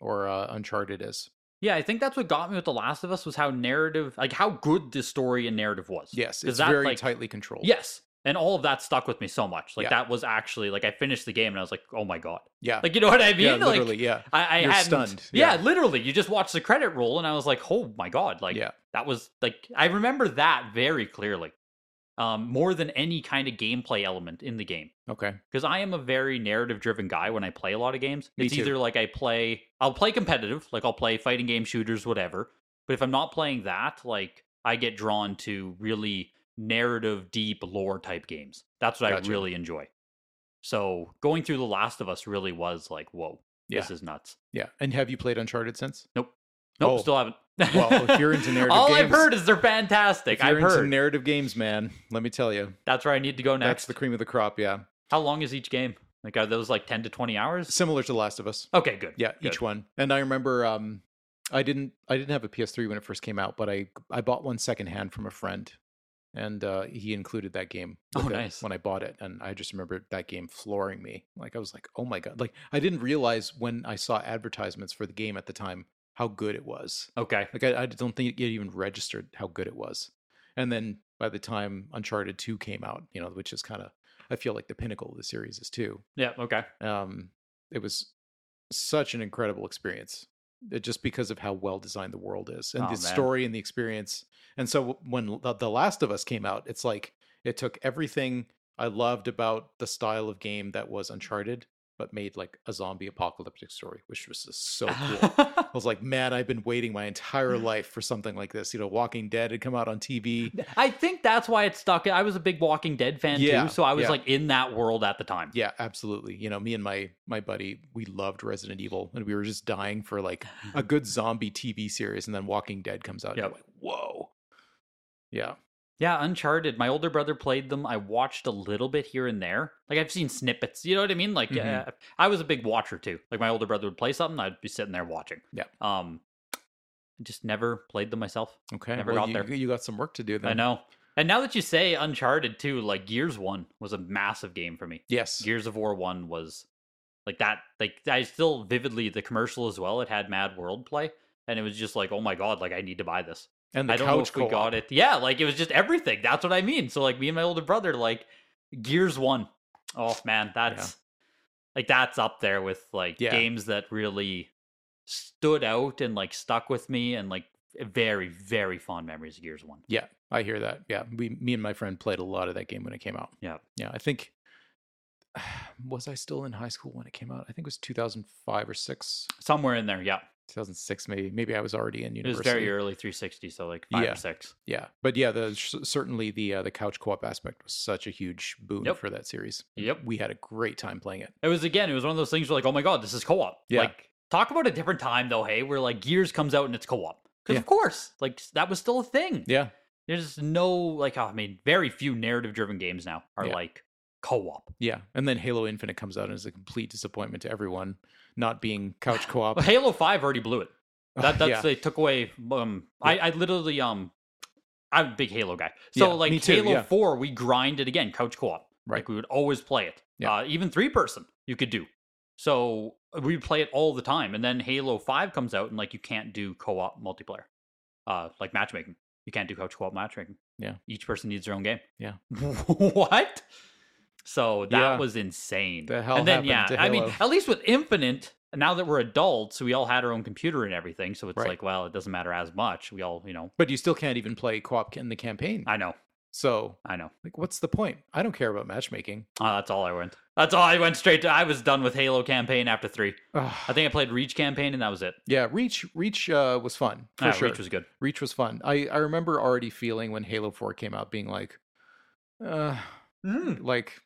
B: or uh, Uncharted is.
A: yeah, I think that's what got me with The Last of Us was how narrative, like how good the story and narrative was.
B: Yes,
A: 'Cause
B: it's
A: that,
B: very
A: like-
B: tightly controlled.
A: Yes, and all of that stuck with me so much. Like
B: Yeah.
A: that was actually like I finished the game and I was like, oh my god,
B: yeah,
A: like you know what I mean?
B: yeah,
A: like,
B: literally, yeah.
A: I, I
B: You're
A: hadn't-
B: stunned,
A: Yeah.
B: yeah.
A: literally, you just watched the credit roll, and I was like, "Oh my god!" Like
B: Yeah.
A: that was like I remember that very clearly, um, more than any kind of gameplay element in the game.
B: Okay,
A: Because I am a very narrative-driven guy when I play a lot of games.
B: Me
A: it's
B: too.
A: either like I play, I'll play competitive, like I'll play fighting game shooters, whatever. But if I'm not playing that, like I get drawn to really narrative, deep lore type games. That's what
B: Gotcha.
A: I really enjoy. So going through The Last of Us really was like, whoa, this is nuts.
B: yeah. And have you played Uncharted since?
A: Nope,
B: Oh.
A: still haven't.
B: Well, if you're into narrative
A: all I've
B: games-
A: heard is they're fantastic.
B: If you're
A: I've
B: into
A: heard
B: narrative games, man. Let me tell you,
A: that's where I need to go
B: that's
A: next.
B: the cream of the crop. Yeah,
A: How long is each game? Like, are those like ten to twenty hours?
B: similar to Last of Us.
A: Okay, good.
B: Yeah,
A: good.
B: each one. And I remember um I didn't I didn't have a PS3 when it first came out, but I I bought one secondhand from a friend and uh he included that game
A: Oh,
B: with it
A: nice.
B: when I bought it and I just remember that game flooring me. Like I was like, "Oh my god." Like I didn't realize when I saw advertisements for the game at the time how good it was.
A: Okay.
B: Like I, I don't think it even registered how good it was. And then by the time Uncharted 2 came out, you know, which is kind of I feel like the pinnacle of the series is 2
A: Yeah. Okay.
B: um, it was such an incredible experience uh, just because of how well designed the world is and
A: Aw,
B: the
A: man.
B: story and the experience and so w- when the, the last of us came out it's like it took everything i loved about the style of game that was uncharted but made like a zombie apocalyptic story which was just so cool I was like, man, I've been waiting my entire life for something like this. You know, Walking Dead had come out on TV.
A: I think that's why it stuck. I was a big Walking Dead fan
B: Yeah,
A: too, so I was
B: yeah.
A: like in that world at the time.
B: Yeah, absolutely. You know, me and my my buddy, we loved Resident Evil, and we were just dying for like a good zombie TV series, and then Walking Dead comes out. and
A: Yep.
B: you're like, whoa. Yeah.
A: Yeah, Uncharted. My older brother played them. I watched a little bit here and there. Like I've seen snippets. You know what I mean? Like
B: Mhm.
A: uh, I was a big watcher too. Like my older brother would play something, I'd be sitting there watching.
B: Yeah.
A: Um, just never played them myself.
B: Okay.
A: Never got
B: you,
A: there.
B: You got some work to do. Then.
A: I know. And now that you say Uncharted too, like Gears One was a massive game for me.
B: Yes.
A: Gears of War One was like that. Like I still vividly the commercial as well. It had Mad World play, and it was just like, oh my god, like I need to buy this.
B: And the
A: I don't know
B: couch
A: if we got it. Yeah, like it was just everything. That's what I mean. So like me and my older brother, like Gears One. Oh man, that's like that's up there with like
B: Yeah.
A: games that really stood out and like stuck with me and like very very fond memories of Gears One.
B: Yeah, I hear that. Yeah, we, me and my friend played a lot of that game when it came out.
A: Yeah.
B: Yeah, I think. Was I still in high school when it came out? I think it was 2005 or six,
A: somewhere in there. Yeah,
B: 2006 maybe. Maybe I was already in
A: it was
B: university.
A: very early 360, so like five
B: Yeah.
A: or six.
B: Yeah, but yeah, the c- certainly the uh, the couch co-op aspect was such a huge boon
A: Yep.
B: for that series.
A: Yep.
B: we had a great time playing it.
A: It was again, it was one of those things where like, oh my god, this is co-op.
B: Yeah.
A: Like, talk about a different time though. Hey, where like Gears comes out and it's co-op because
B: Yeah.
A: of course, like s- that was still a thing.
B: Yeah,
A: There's no like, oh, I mean, very few narrative-driven games now are
B: Yeah.
A: like co-op.
B: yeah, and then Halo Infinite comes out and is a complete disappointment to everyone, not being couch co-op.
A: Well, Halo Five already blew it. That that's
B: yeah.
A: they took away. Um, I I literally um. I'm a big Halo guy,
B: Yeah,
A: so like
B: me too,
A: Halo
B: yeah.
A: Four, we grinded again, couch co-op.
B: Right.
A: Like we would always play it.
B: Yeah.
A: Uh, even three person, you could do. So we would play it all the time, and then Halo Five comes out, and like you can't do co-op multiplayer, uh, like matchmaking. You can't do couch co-op matchmaking.
B: Yeah.
A: Each person needs their own game.
B: Yeah.
A: what? So that
B: Yeah.
A: was insane.
B: The hell
A: and then
B: happened
A: yeah,
B: to
A: I mean,
B: Halo?
A: at least with Infinite, now that we're adults, we all had our own computer and everything, so it's
B: Right.
A: like, well, it doesn't matter as much. We all, you know,
B: But you still can't even play co-op in the campaign.
A: I know,
B: So,
A: I know.
B: like, what's the point? I don't care about matchmaking.
A: Uh, that's all I went. That's all I went straight to. I was done with Halo campaign after three. I
B: Ugh.
A: think I played Reach campaign and that was it.
B: yeah, Reach Reach uh, was fun for
A: Uh,
B: sure.
A: Reach was good.
B: Reach was fun. I, I remember already feeling when Halo 4 came out being like, uh, like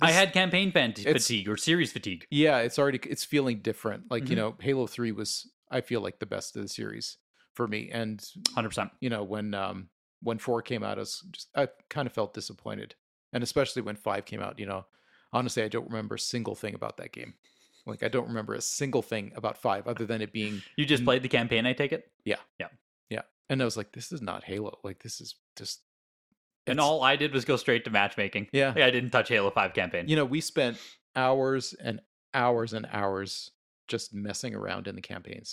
A: I
B: this-
A: had campaign fan-
B: it's-
A: fatigue or series fatigue.
B: yeah, it's already it's feeling different. Like,
A: Mhm.
B: you know, Halo 3 was I feel like the best of the series for me. And
A: Hundred percent.
B: you know, when um when 4 came out, I was just I kind of felt disappointed. And especially when 5 came out, you know, honestly, I don't remember a single thing about that game. Like I don't remember a single thing about 5 other than it being
A: You just
B: Mm.
A: played the campaign, I take it.
B: and I was like this is not Halo. Like this is just
A: And
B: it's-
A: all I did was go straight to matchmaking.
B: Yeah.
A: Like, I didn't touch Halo Five campaign.
B: you know, we spent hours and hours and hours just messing around in the campaigns.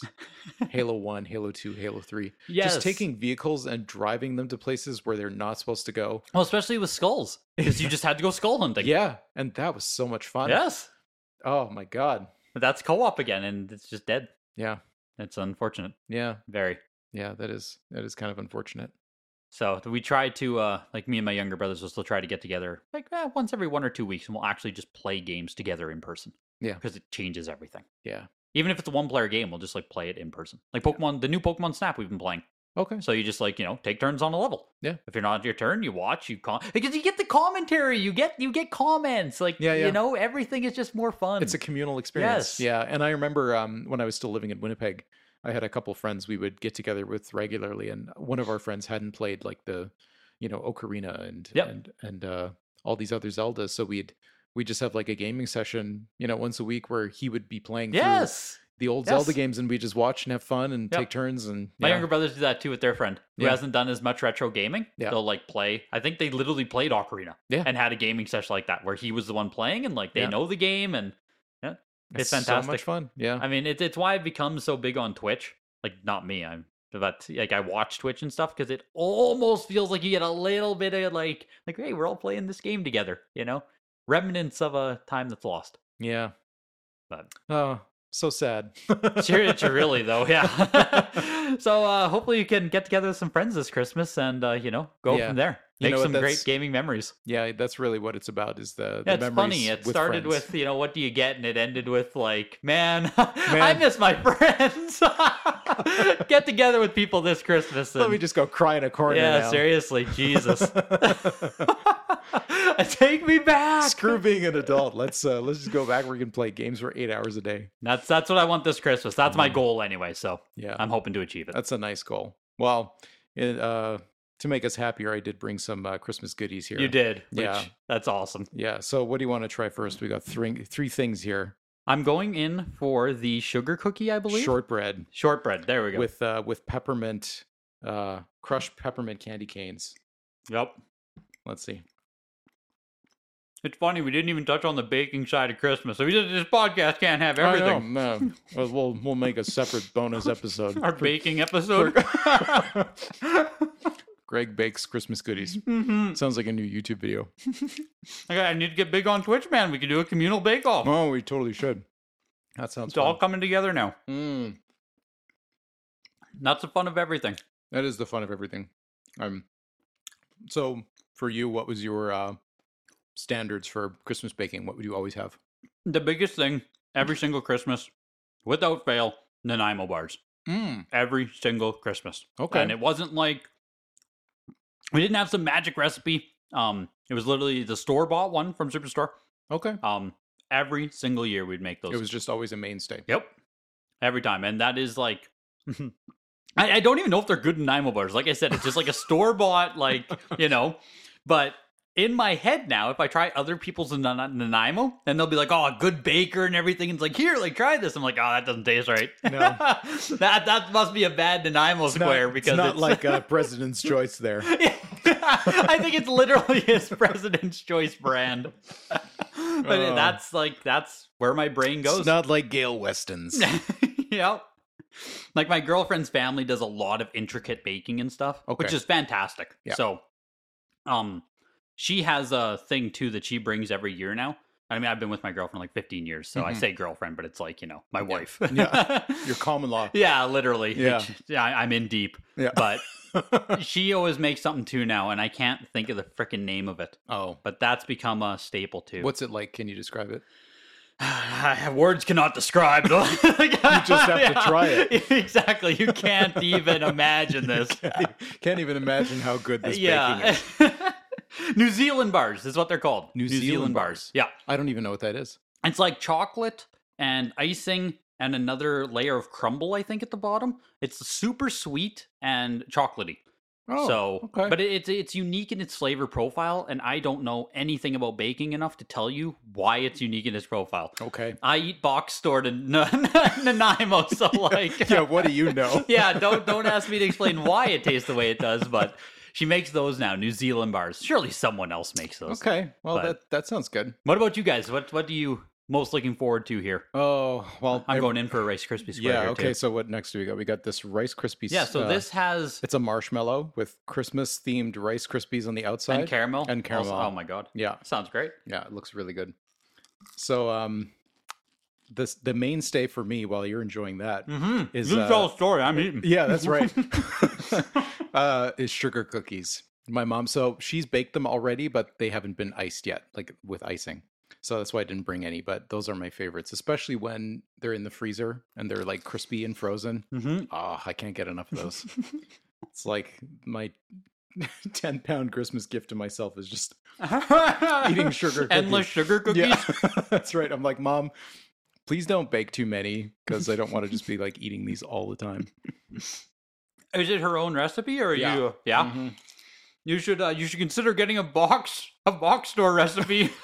B: Halo 1, Halo 2, Halo 3.
A: yes.
B: Just taking vehicles and driving them to places where they're not supposed to go.
A: well, especially with skulls, because you just had to go skull hunting.
B: yeah, and that was so much fun.
A: Yes.
B: Oh my god.
A: But that's co-op again, and it's just dead.
B: Yeah.
A: It's unfortunate.
B: Yeah.
A: Very.
B: Yeah, that is that is kind of unfortunate.
A: So we try to, uh, like me and my younger brothers will still try to get together like eh, once every one or two weeks and we'll actually just play games together in person.
B: Yeah.
A: Because it changes everything.
B: Yeah.
A: Even if it's a one player game, we'll just like play it in person. Like Pokemon, the new Pokemon Snap we've been playing.
B: Okay.
A: So you just like, you know, take turns on a level.
B: Yeah.
A: If you're not on your turn, you watch, you con because you get the commentary, you get you get comments. Like
B: Yeah, yeah.
A: you know, everything is just more fun.
B: It's a communal
A: Yes.
B: experience. Yeah, and I remember um, when I was still living in Winnipeg, I had a couple friends we would get together with regularly, and one of our friends hadn't played like the, you know, Ocarina and
A: Yep.
B: and and uh, all these other Zeldas, so we'd we just have like a gaming session, you know, once a week where he would be playing through
A: Yes.
B: the old Zelda
A: yes.
B: games, and we just watch and have fun and
A: Yep.
B: take turns and
A: My
B: yeah.
A: younger brothers do that too with their friend who
B: Yeah.
A: hasn't done as much retro gaming.
B: Yeah.
A: They'll like play. I think they literally played Ocarina
B: Yeah.
A: and had a gaming session like that where he was the one playing and like they
B: Yeah.
A: know the game. And it's
B: so
A: fantastic.
B: much fun. Yeah,
A: I mean, it, it's why I've become so big on Twitch. Like, not me, I'm, but like I watch Twitch and stuff because it almost feels like you get a little bit of like, like, hey, we're all playing this game together, you know? Remnants of a time that's lost.
B: yeah.
A: But-
B: oh, so sad.
A: Cheer- cheer- really though, yeah. so uh, hopefully you can get together with some friends this Christmas and uh, you know go
B: Yeah.
A: from there.
B: You
A: Make
B: know what,
A: some great
B: that's-
A: gaming memories.
B: yeah, that's really what it's about. Is the, the
A: Yeah, it's
B: memories
A: funny. It
B: with
A: started
B: friends.
A: with you know what do you get, and it ended with like man, I
B: Man.
A: miss my friends. get together with people this Christmas. And,
B: Let me just go cry in a corner.
A: yeah,
B: now.
A: seriously, Jesus, take me back.
B: Screw being an adult. Let's uh, let's just go back. where We can play games for eight hours a day.
A: That's that's what I want this Christmas. That's my goal anyway. So
B: Yeah,
A: I'm hoping to achieve it.
B: Mm. that's a nice goal. Well, it, uh, to make us happier, I did bring some uh, Christmas goodies here.
A: You did. Which,
B: Yeah.
A: that's awesome.
B: Yeah. So, what do you want to try first? We got three three things here:
A: I'm going in for the sugar cookie, I believe.
B: shortbread
A: Shortbread. There we go.
B: with uh, with peppermint, uh, crushed peppermint candy canes.
A: yep.
B: Let's see.
A: It's funny we didn't even touch on the baking side of Christmas. So we just, this podcast can't have
B: I
A: everything.
B: know, no. Well, we'll we'll make a separate bonus episode.
A: Our baking episode.
B: Greg bakes Christmas goodies.
A: Mhm.
B: Sounds like a new YouTube video.
A: okay, I need to get big on Twitch, man. We can do a communal bake off.
B: Oh, we totally should. That sounds
A: it's all
B: fun.
A: coming together now.
B: Mm,
A: That's the fun of everything.
B: that is the fun of everything. Um, so for you, what was your uh, standards for Christmas baking? What would you always have?
A: The biggest thing every single Christmas, without fail, Nanaimo bars.
B: Mm,
A: every single Christmas.
B: Okay.
A: Hmm, And it wasn't like we didn't have some magic recipe. Um, it was literally the store bought one from Superstore.
B: okay.
A: Um, every single year we'd make those.
B: It was just always a mainstay.
A: yep, every time, and that is like. I, I don't even know if they're good Nanaimo bars. Like I said, it's just like a store bought, like you know. But in my head now, if I try other people's in Nana- Nanaimo, and they'll be like, "Oh, a good baker and everything," and it's like, "Here, like try this." I'm like, "Oh, that doesn't taste right."
B: No.
A: that that must be a bad Nanaimo
B: Not-
A: square
B: it's
A: because
B: not
A: it's-
B: like uh, President's Choice there.
A: I think it's literally his President's Choice brand. but
B: Oh.
A: that's like that's where my brain goes.
B: It's not like Gail Weston's.
A: yep. Like my girlfriend's family does a lot of intricate baking and stuff, which
B: Okay.
A: is fantastic.
B: Yeah.
A: So Um, she has a thing too that she brings every year now. I mean, I've been with my girlfriend like 15 years, so I
B: Mhm.
A: say girlfriend, but it's like you know, my wife.
B: Yeah. Your common law.
A: Yeah, literally.
B: Yeah.
A: yeah, I- I'm in deep.
B: Yeah.
A: But she always makes something too now, and I can't think of the freaking name of it.
B: oh.
A: But that's become a staple too.
B: What's it like? Can you describe it?
A: words cannot describe? you just have
B: just have to try it.
A: exactly. You can't even imagine this.
B: Can't even imagine how good this baking
A: yeah.
B: is.
A: New Zealand bars is what they're called.
B: New Zealand bars.
A: Yeah.
B: I don't even know what that is.
A: It's like chocolate and icing and another layer of crumble, I think, at the bottom. It's super sweet and chocolatey.
B: Oh,
A: so,
B: okay.
A: but it- it's it's unique in its flavor profile, and I don't know anything about baking enough to tell you why it's unique in its profile.
B: okay.
A: I eat box stored in N- Nanaimo, so like,
B: Yeah. What do you know?
A: yeah, don't don't ask me to explain why it tastes the way it does, but she makes those now, New Zealand bars. Surely someone else makes those.
B: Okay. Well,
A: But-
B: that that sounds good.
A: What about you guys? What what do you most looking forward to here?
B: Oh, well,
A: I'm
B: I-
A: going in for a Rice Krispie square.
B: Yeah.
A: here,
B: Okay.
A: too.
B: So what next do we got? We got this Rice Krispies.
A: Yeah, so
B: uh,
A: this has
B: it's a marshmallow with Christmas themed Rice Krispies on the outside.
A: and caramel
B: and
A: also-
B: caramel.
A: oh my god,
B: yeah.
A: sounds great.
B: Yeah, it looks really good. So um this the mainstay for me while you're enjoying that is
A: Mm-hmm.
B: Is, You tell uh, a
A: story. I'm eating.
B: Yeah, that's right. uh is sugar cookies. My mom so she's baked them already but they haven't been iced yet like with icing. So that's why I didn't bring any, but those are my favorites, especially when they're in the freezer and they're like crispy and frozen.
A: Mm-hmm.
B: Ah, I can't get enough of those. it's like my 10 pound Christmas gift to myself is just eating sugar cookies.
A: endless sugar cookies.
B: Yeah, that's right. I'm like, Mom, please don't bake too many because I don't want to just be like eating these all the time.
A: Is it her own recipe or
B: Yeah. Mm-hmm.
A: you? Yeah, you should uh, you should consider getting a box a box store recipe.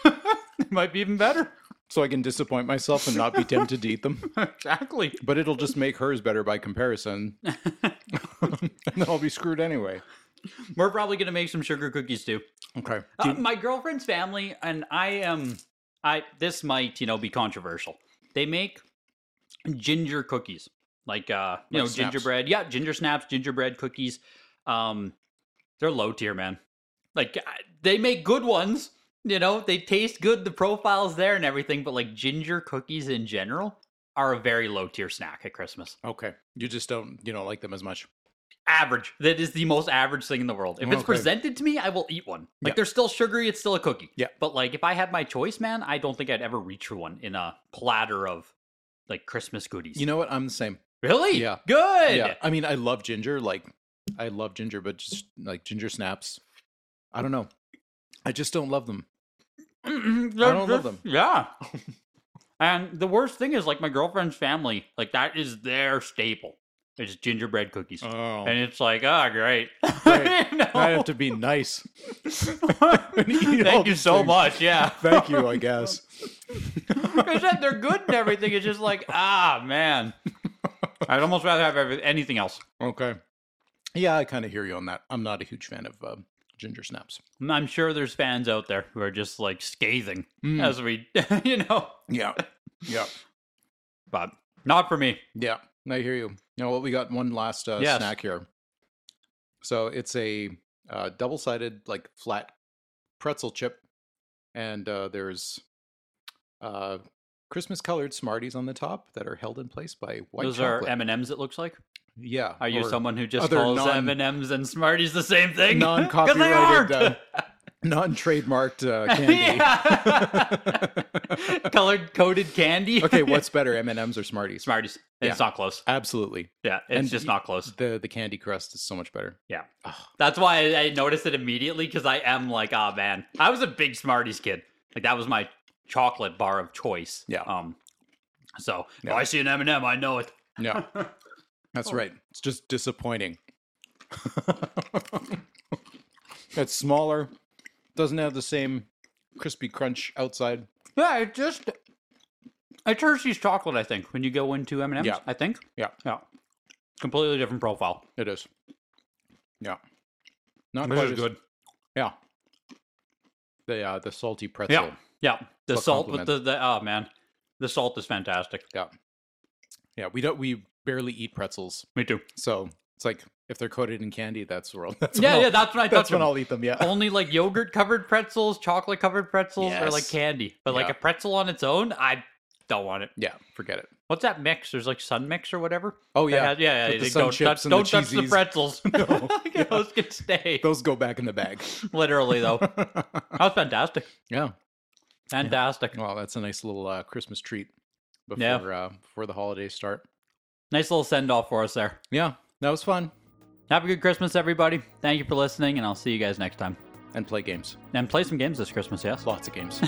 A: it might be even better.
B: So I can disappoint myself and not be tempted to eat them.
A: exactly.
B: But it'll just make hers better by comparison. and then I'll be screwed anyway.
A: We're probably gonna make some sugar cookies too.
B: Okay.
A: Uh, my girlfriend's family and I um, I this might you know be controversial. They make ginger cookies, like uh, you
B: Like
A: know
B: snaps.
A: gingerbread. Yeah, ginger snaps, gingerbread cookies. Um, they're low tier, man. Like I- they make good ones. You know, they taste good. The profile's there and everything, but like ginger cookies in general are a very low tier snack at Christmas.
B: okay. You just don't, you don't like them as much.
A: Average. That is the most average thing in the world. If it's
B: Okay.
A: presented to me, I will eat one. Like
B: Yeah.
A: they're still sugary, it's still a cookie.
B: Yeah.
A: But like if I had my choice, man, I don't think I'd ever reach for one in a platter of like Christmas goodies.
B: You know what? I'm the same.
A: really?
B: Yeah.
A: Good.
B: Yeah. I mean, I love ginger. Like, I love ginger, but just like ginger snaps. I don't know. I just don't love them.
A: Mm-mm,
B: I
A: they're
B: don't
A: just-
B: love them.
A: Yeah. and the worst thing is like my girlfriend's family, like that is their staple. It's gingerbread cookies.
B: Oh.
A: and it's like, ah, great.
B: Great.
A: You know?
B: I have to be nice. eat all
A: Thank you
B: these
A: so
B: things.
A: much. Yeah.
B: Thank you, I guess.
A: I said they're good and everything. It's just like, ah, man. I'd almost rather have every- anything else.
B: Okay. Yeah, I kind of hear you on that. I'm not a huge fan of uh, ginger snaps.
A: And I'm sure there's fans out there who are just like scathing
B: Mm.
A: as we, you know,
B: Yeah. Yeah.
A: but not for me.
B: Yeah. I hear you. You know what? We got one last uh,
A: Yes.
B: snack here. So it's a uh, double sided, like flat pretzel chip. And uh, there's uh, Christmas colored Smarties on the top that are held in place by white
A: Those
B: chocolate.
A: are M and M's. It looks like.
B: yeah.
A: Are you
B: or
A: someone who just
B: other
A: calls
B: non-
A: M and M's and Smarties the same thing? 'Cause they
B: non-copyrighted,
A: aren't.
B: non trademarked uh, candy?
A: Yeah. Colored coded candy.
B: okay, what's better, M and M's or Smarties?
A: Smarties? It's not close.
B: Absolutely,
A: Yeah, it's
B: And
A: just
B: y-
A: not close.
B: the the candy crust is so much better.
A: Yeah.
B: Ugh.
A: That's why I, I noticed it immediately because I am like, ah, man, I was a big Smarties kid. Like that was my chocolate bar of choice.
B: Yeah.
A: Um. So if
B: Yeah.
A: I see an M and m I know it.
B: Yeah, that's right. It's just disappointing. it's smaller, doesn't have the same crispy crunch outside.
A: Yeah, it just it's Hershey's chocolate. I think when you go into M and M's,
B: Yeah.
A: I think.
B: Yeah.
A: Yeah. Completely different profile.
B: It is. Yeah, not
A: This
B: quite
A: is
B: as-
A: good.
B: Yeah, the uh, the salty pretzel.
A: Yeah. Yeah. The
B: What
A: salt with the, the oh man, the salt is fantastic.
B: yeah, yeah. We don't. We barely eat pretzels.
A: Me too.
B: So it's like If they're coated in candy, that's the world. That's when
A: yeah,
B: I'll-
A: yeah, that's what I
B: That's
A: touch
B: when
A: them.
B: I'll eat them. Yeah.
A: Only like yogurt covered pretzels, chocolate covered pretzels, or like
B: Yes.
A: candy. But like
B: Yeah.
A: a pretzel on its own, I don't want it.
B: Yeah. Forget it.
A: What's that mix? There's like sun mix or whatever.
B: Oh
A: That
B: yeah.
A: has- yeah, yeah.
B: With the
A: they
B: sun
A: don't touch,
B: chips and the
A: don't touch the
B: cheesies.
A: pretzels.
B: No. Yeah.
A: Those can stay.
B: Those go back in the bag.
A: Literally though, that was fantastic.
B: yeah.
A: Fantastic.
B: Well, that's a nice little uh, Christmas treat before
A: Yeah.
B: uh, before the holidays start.
A: Nice little send off for us there.
B: Yeah, that was fun.
A: Have a good Christmas, everybody. Thank you for listening, and I'll see you guys next time.
B: And play games,
A: And play some games this Christmas, yes?
B: lots of games.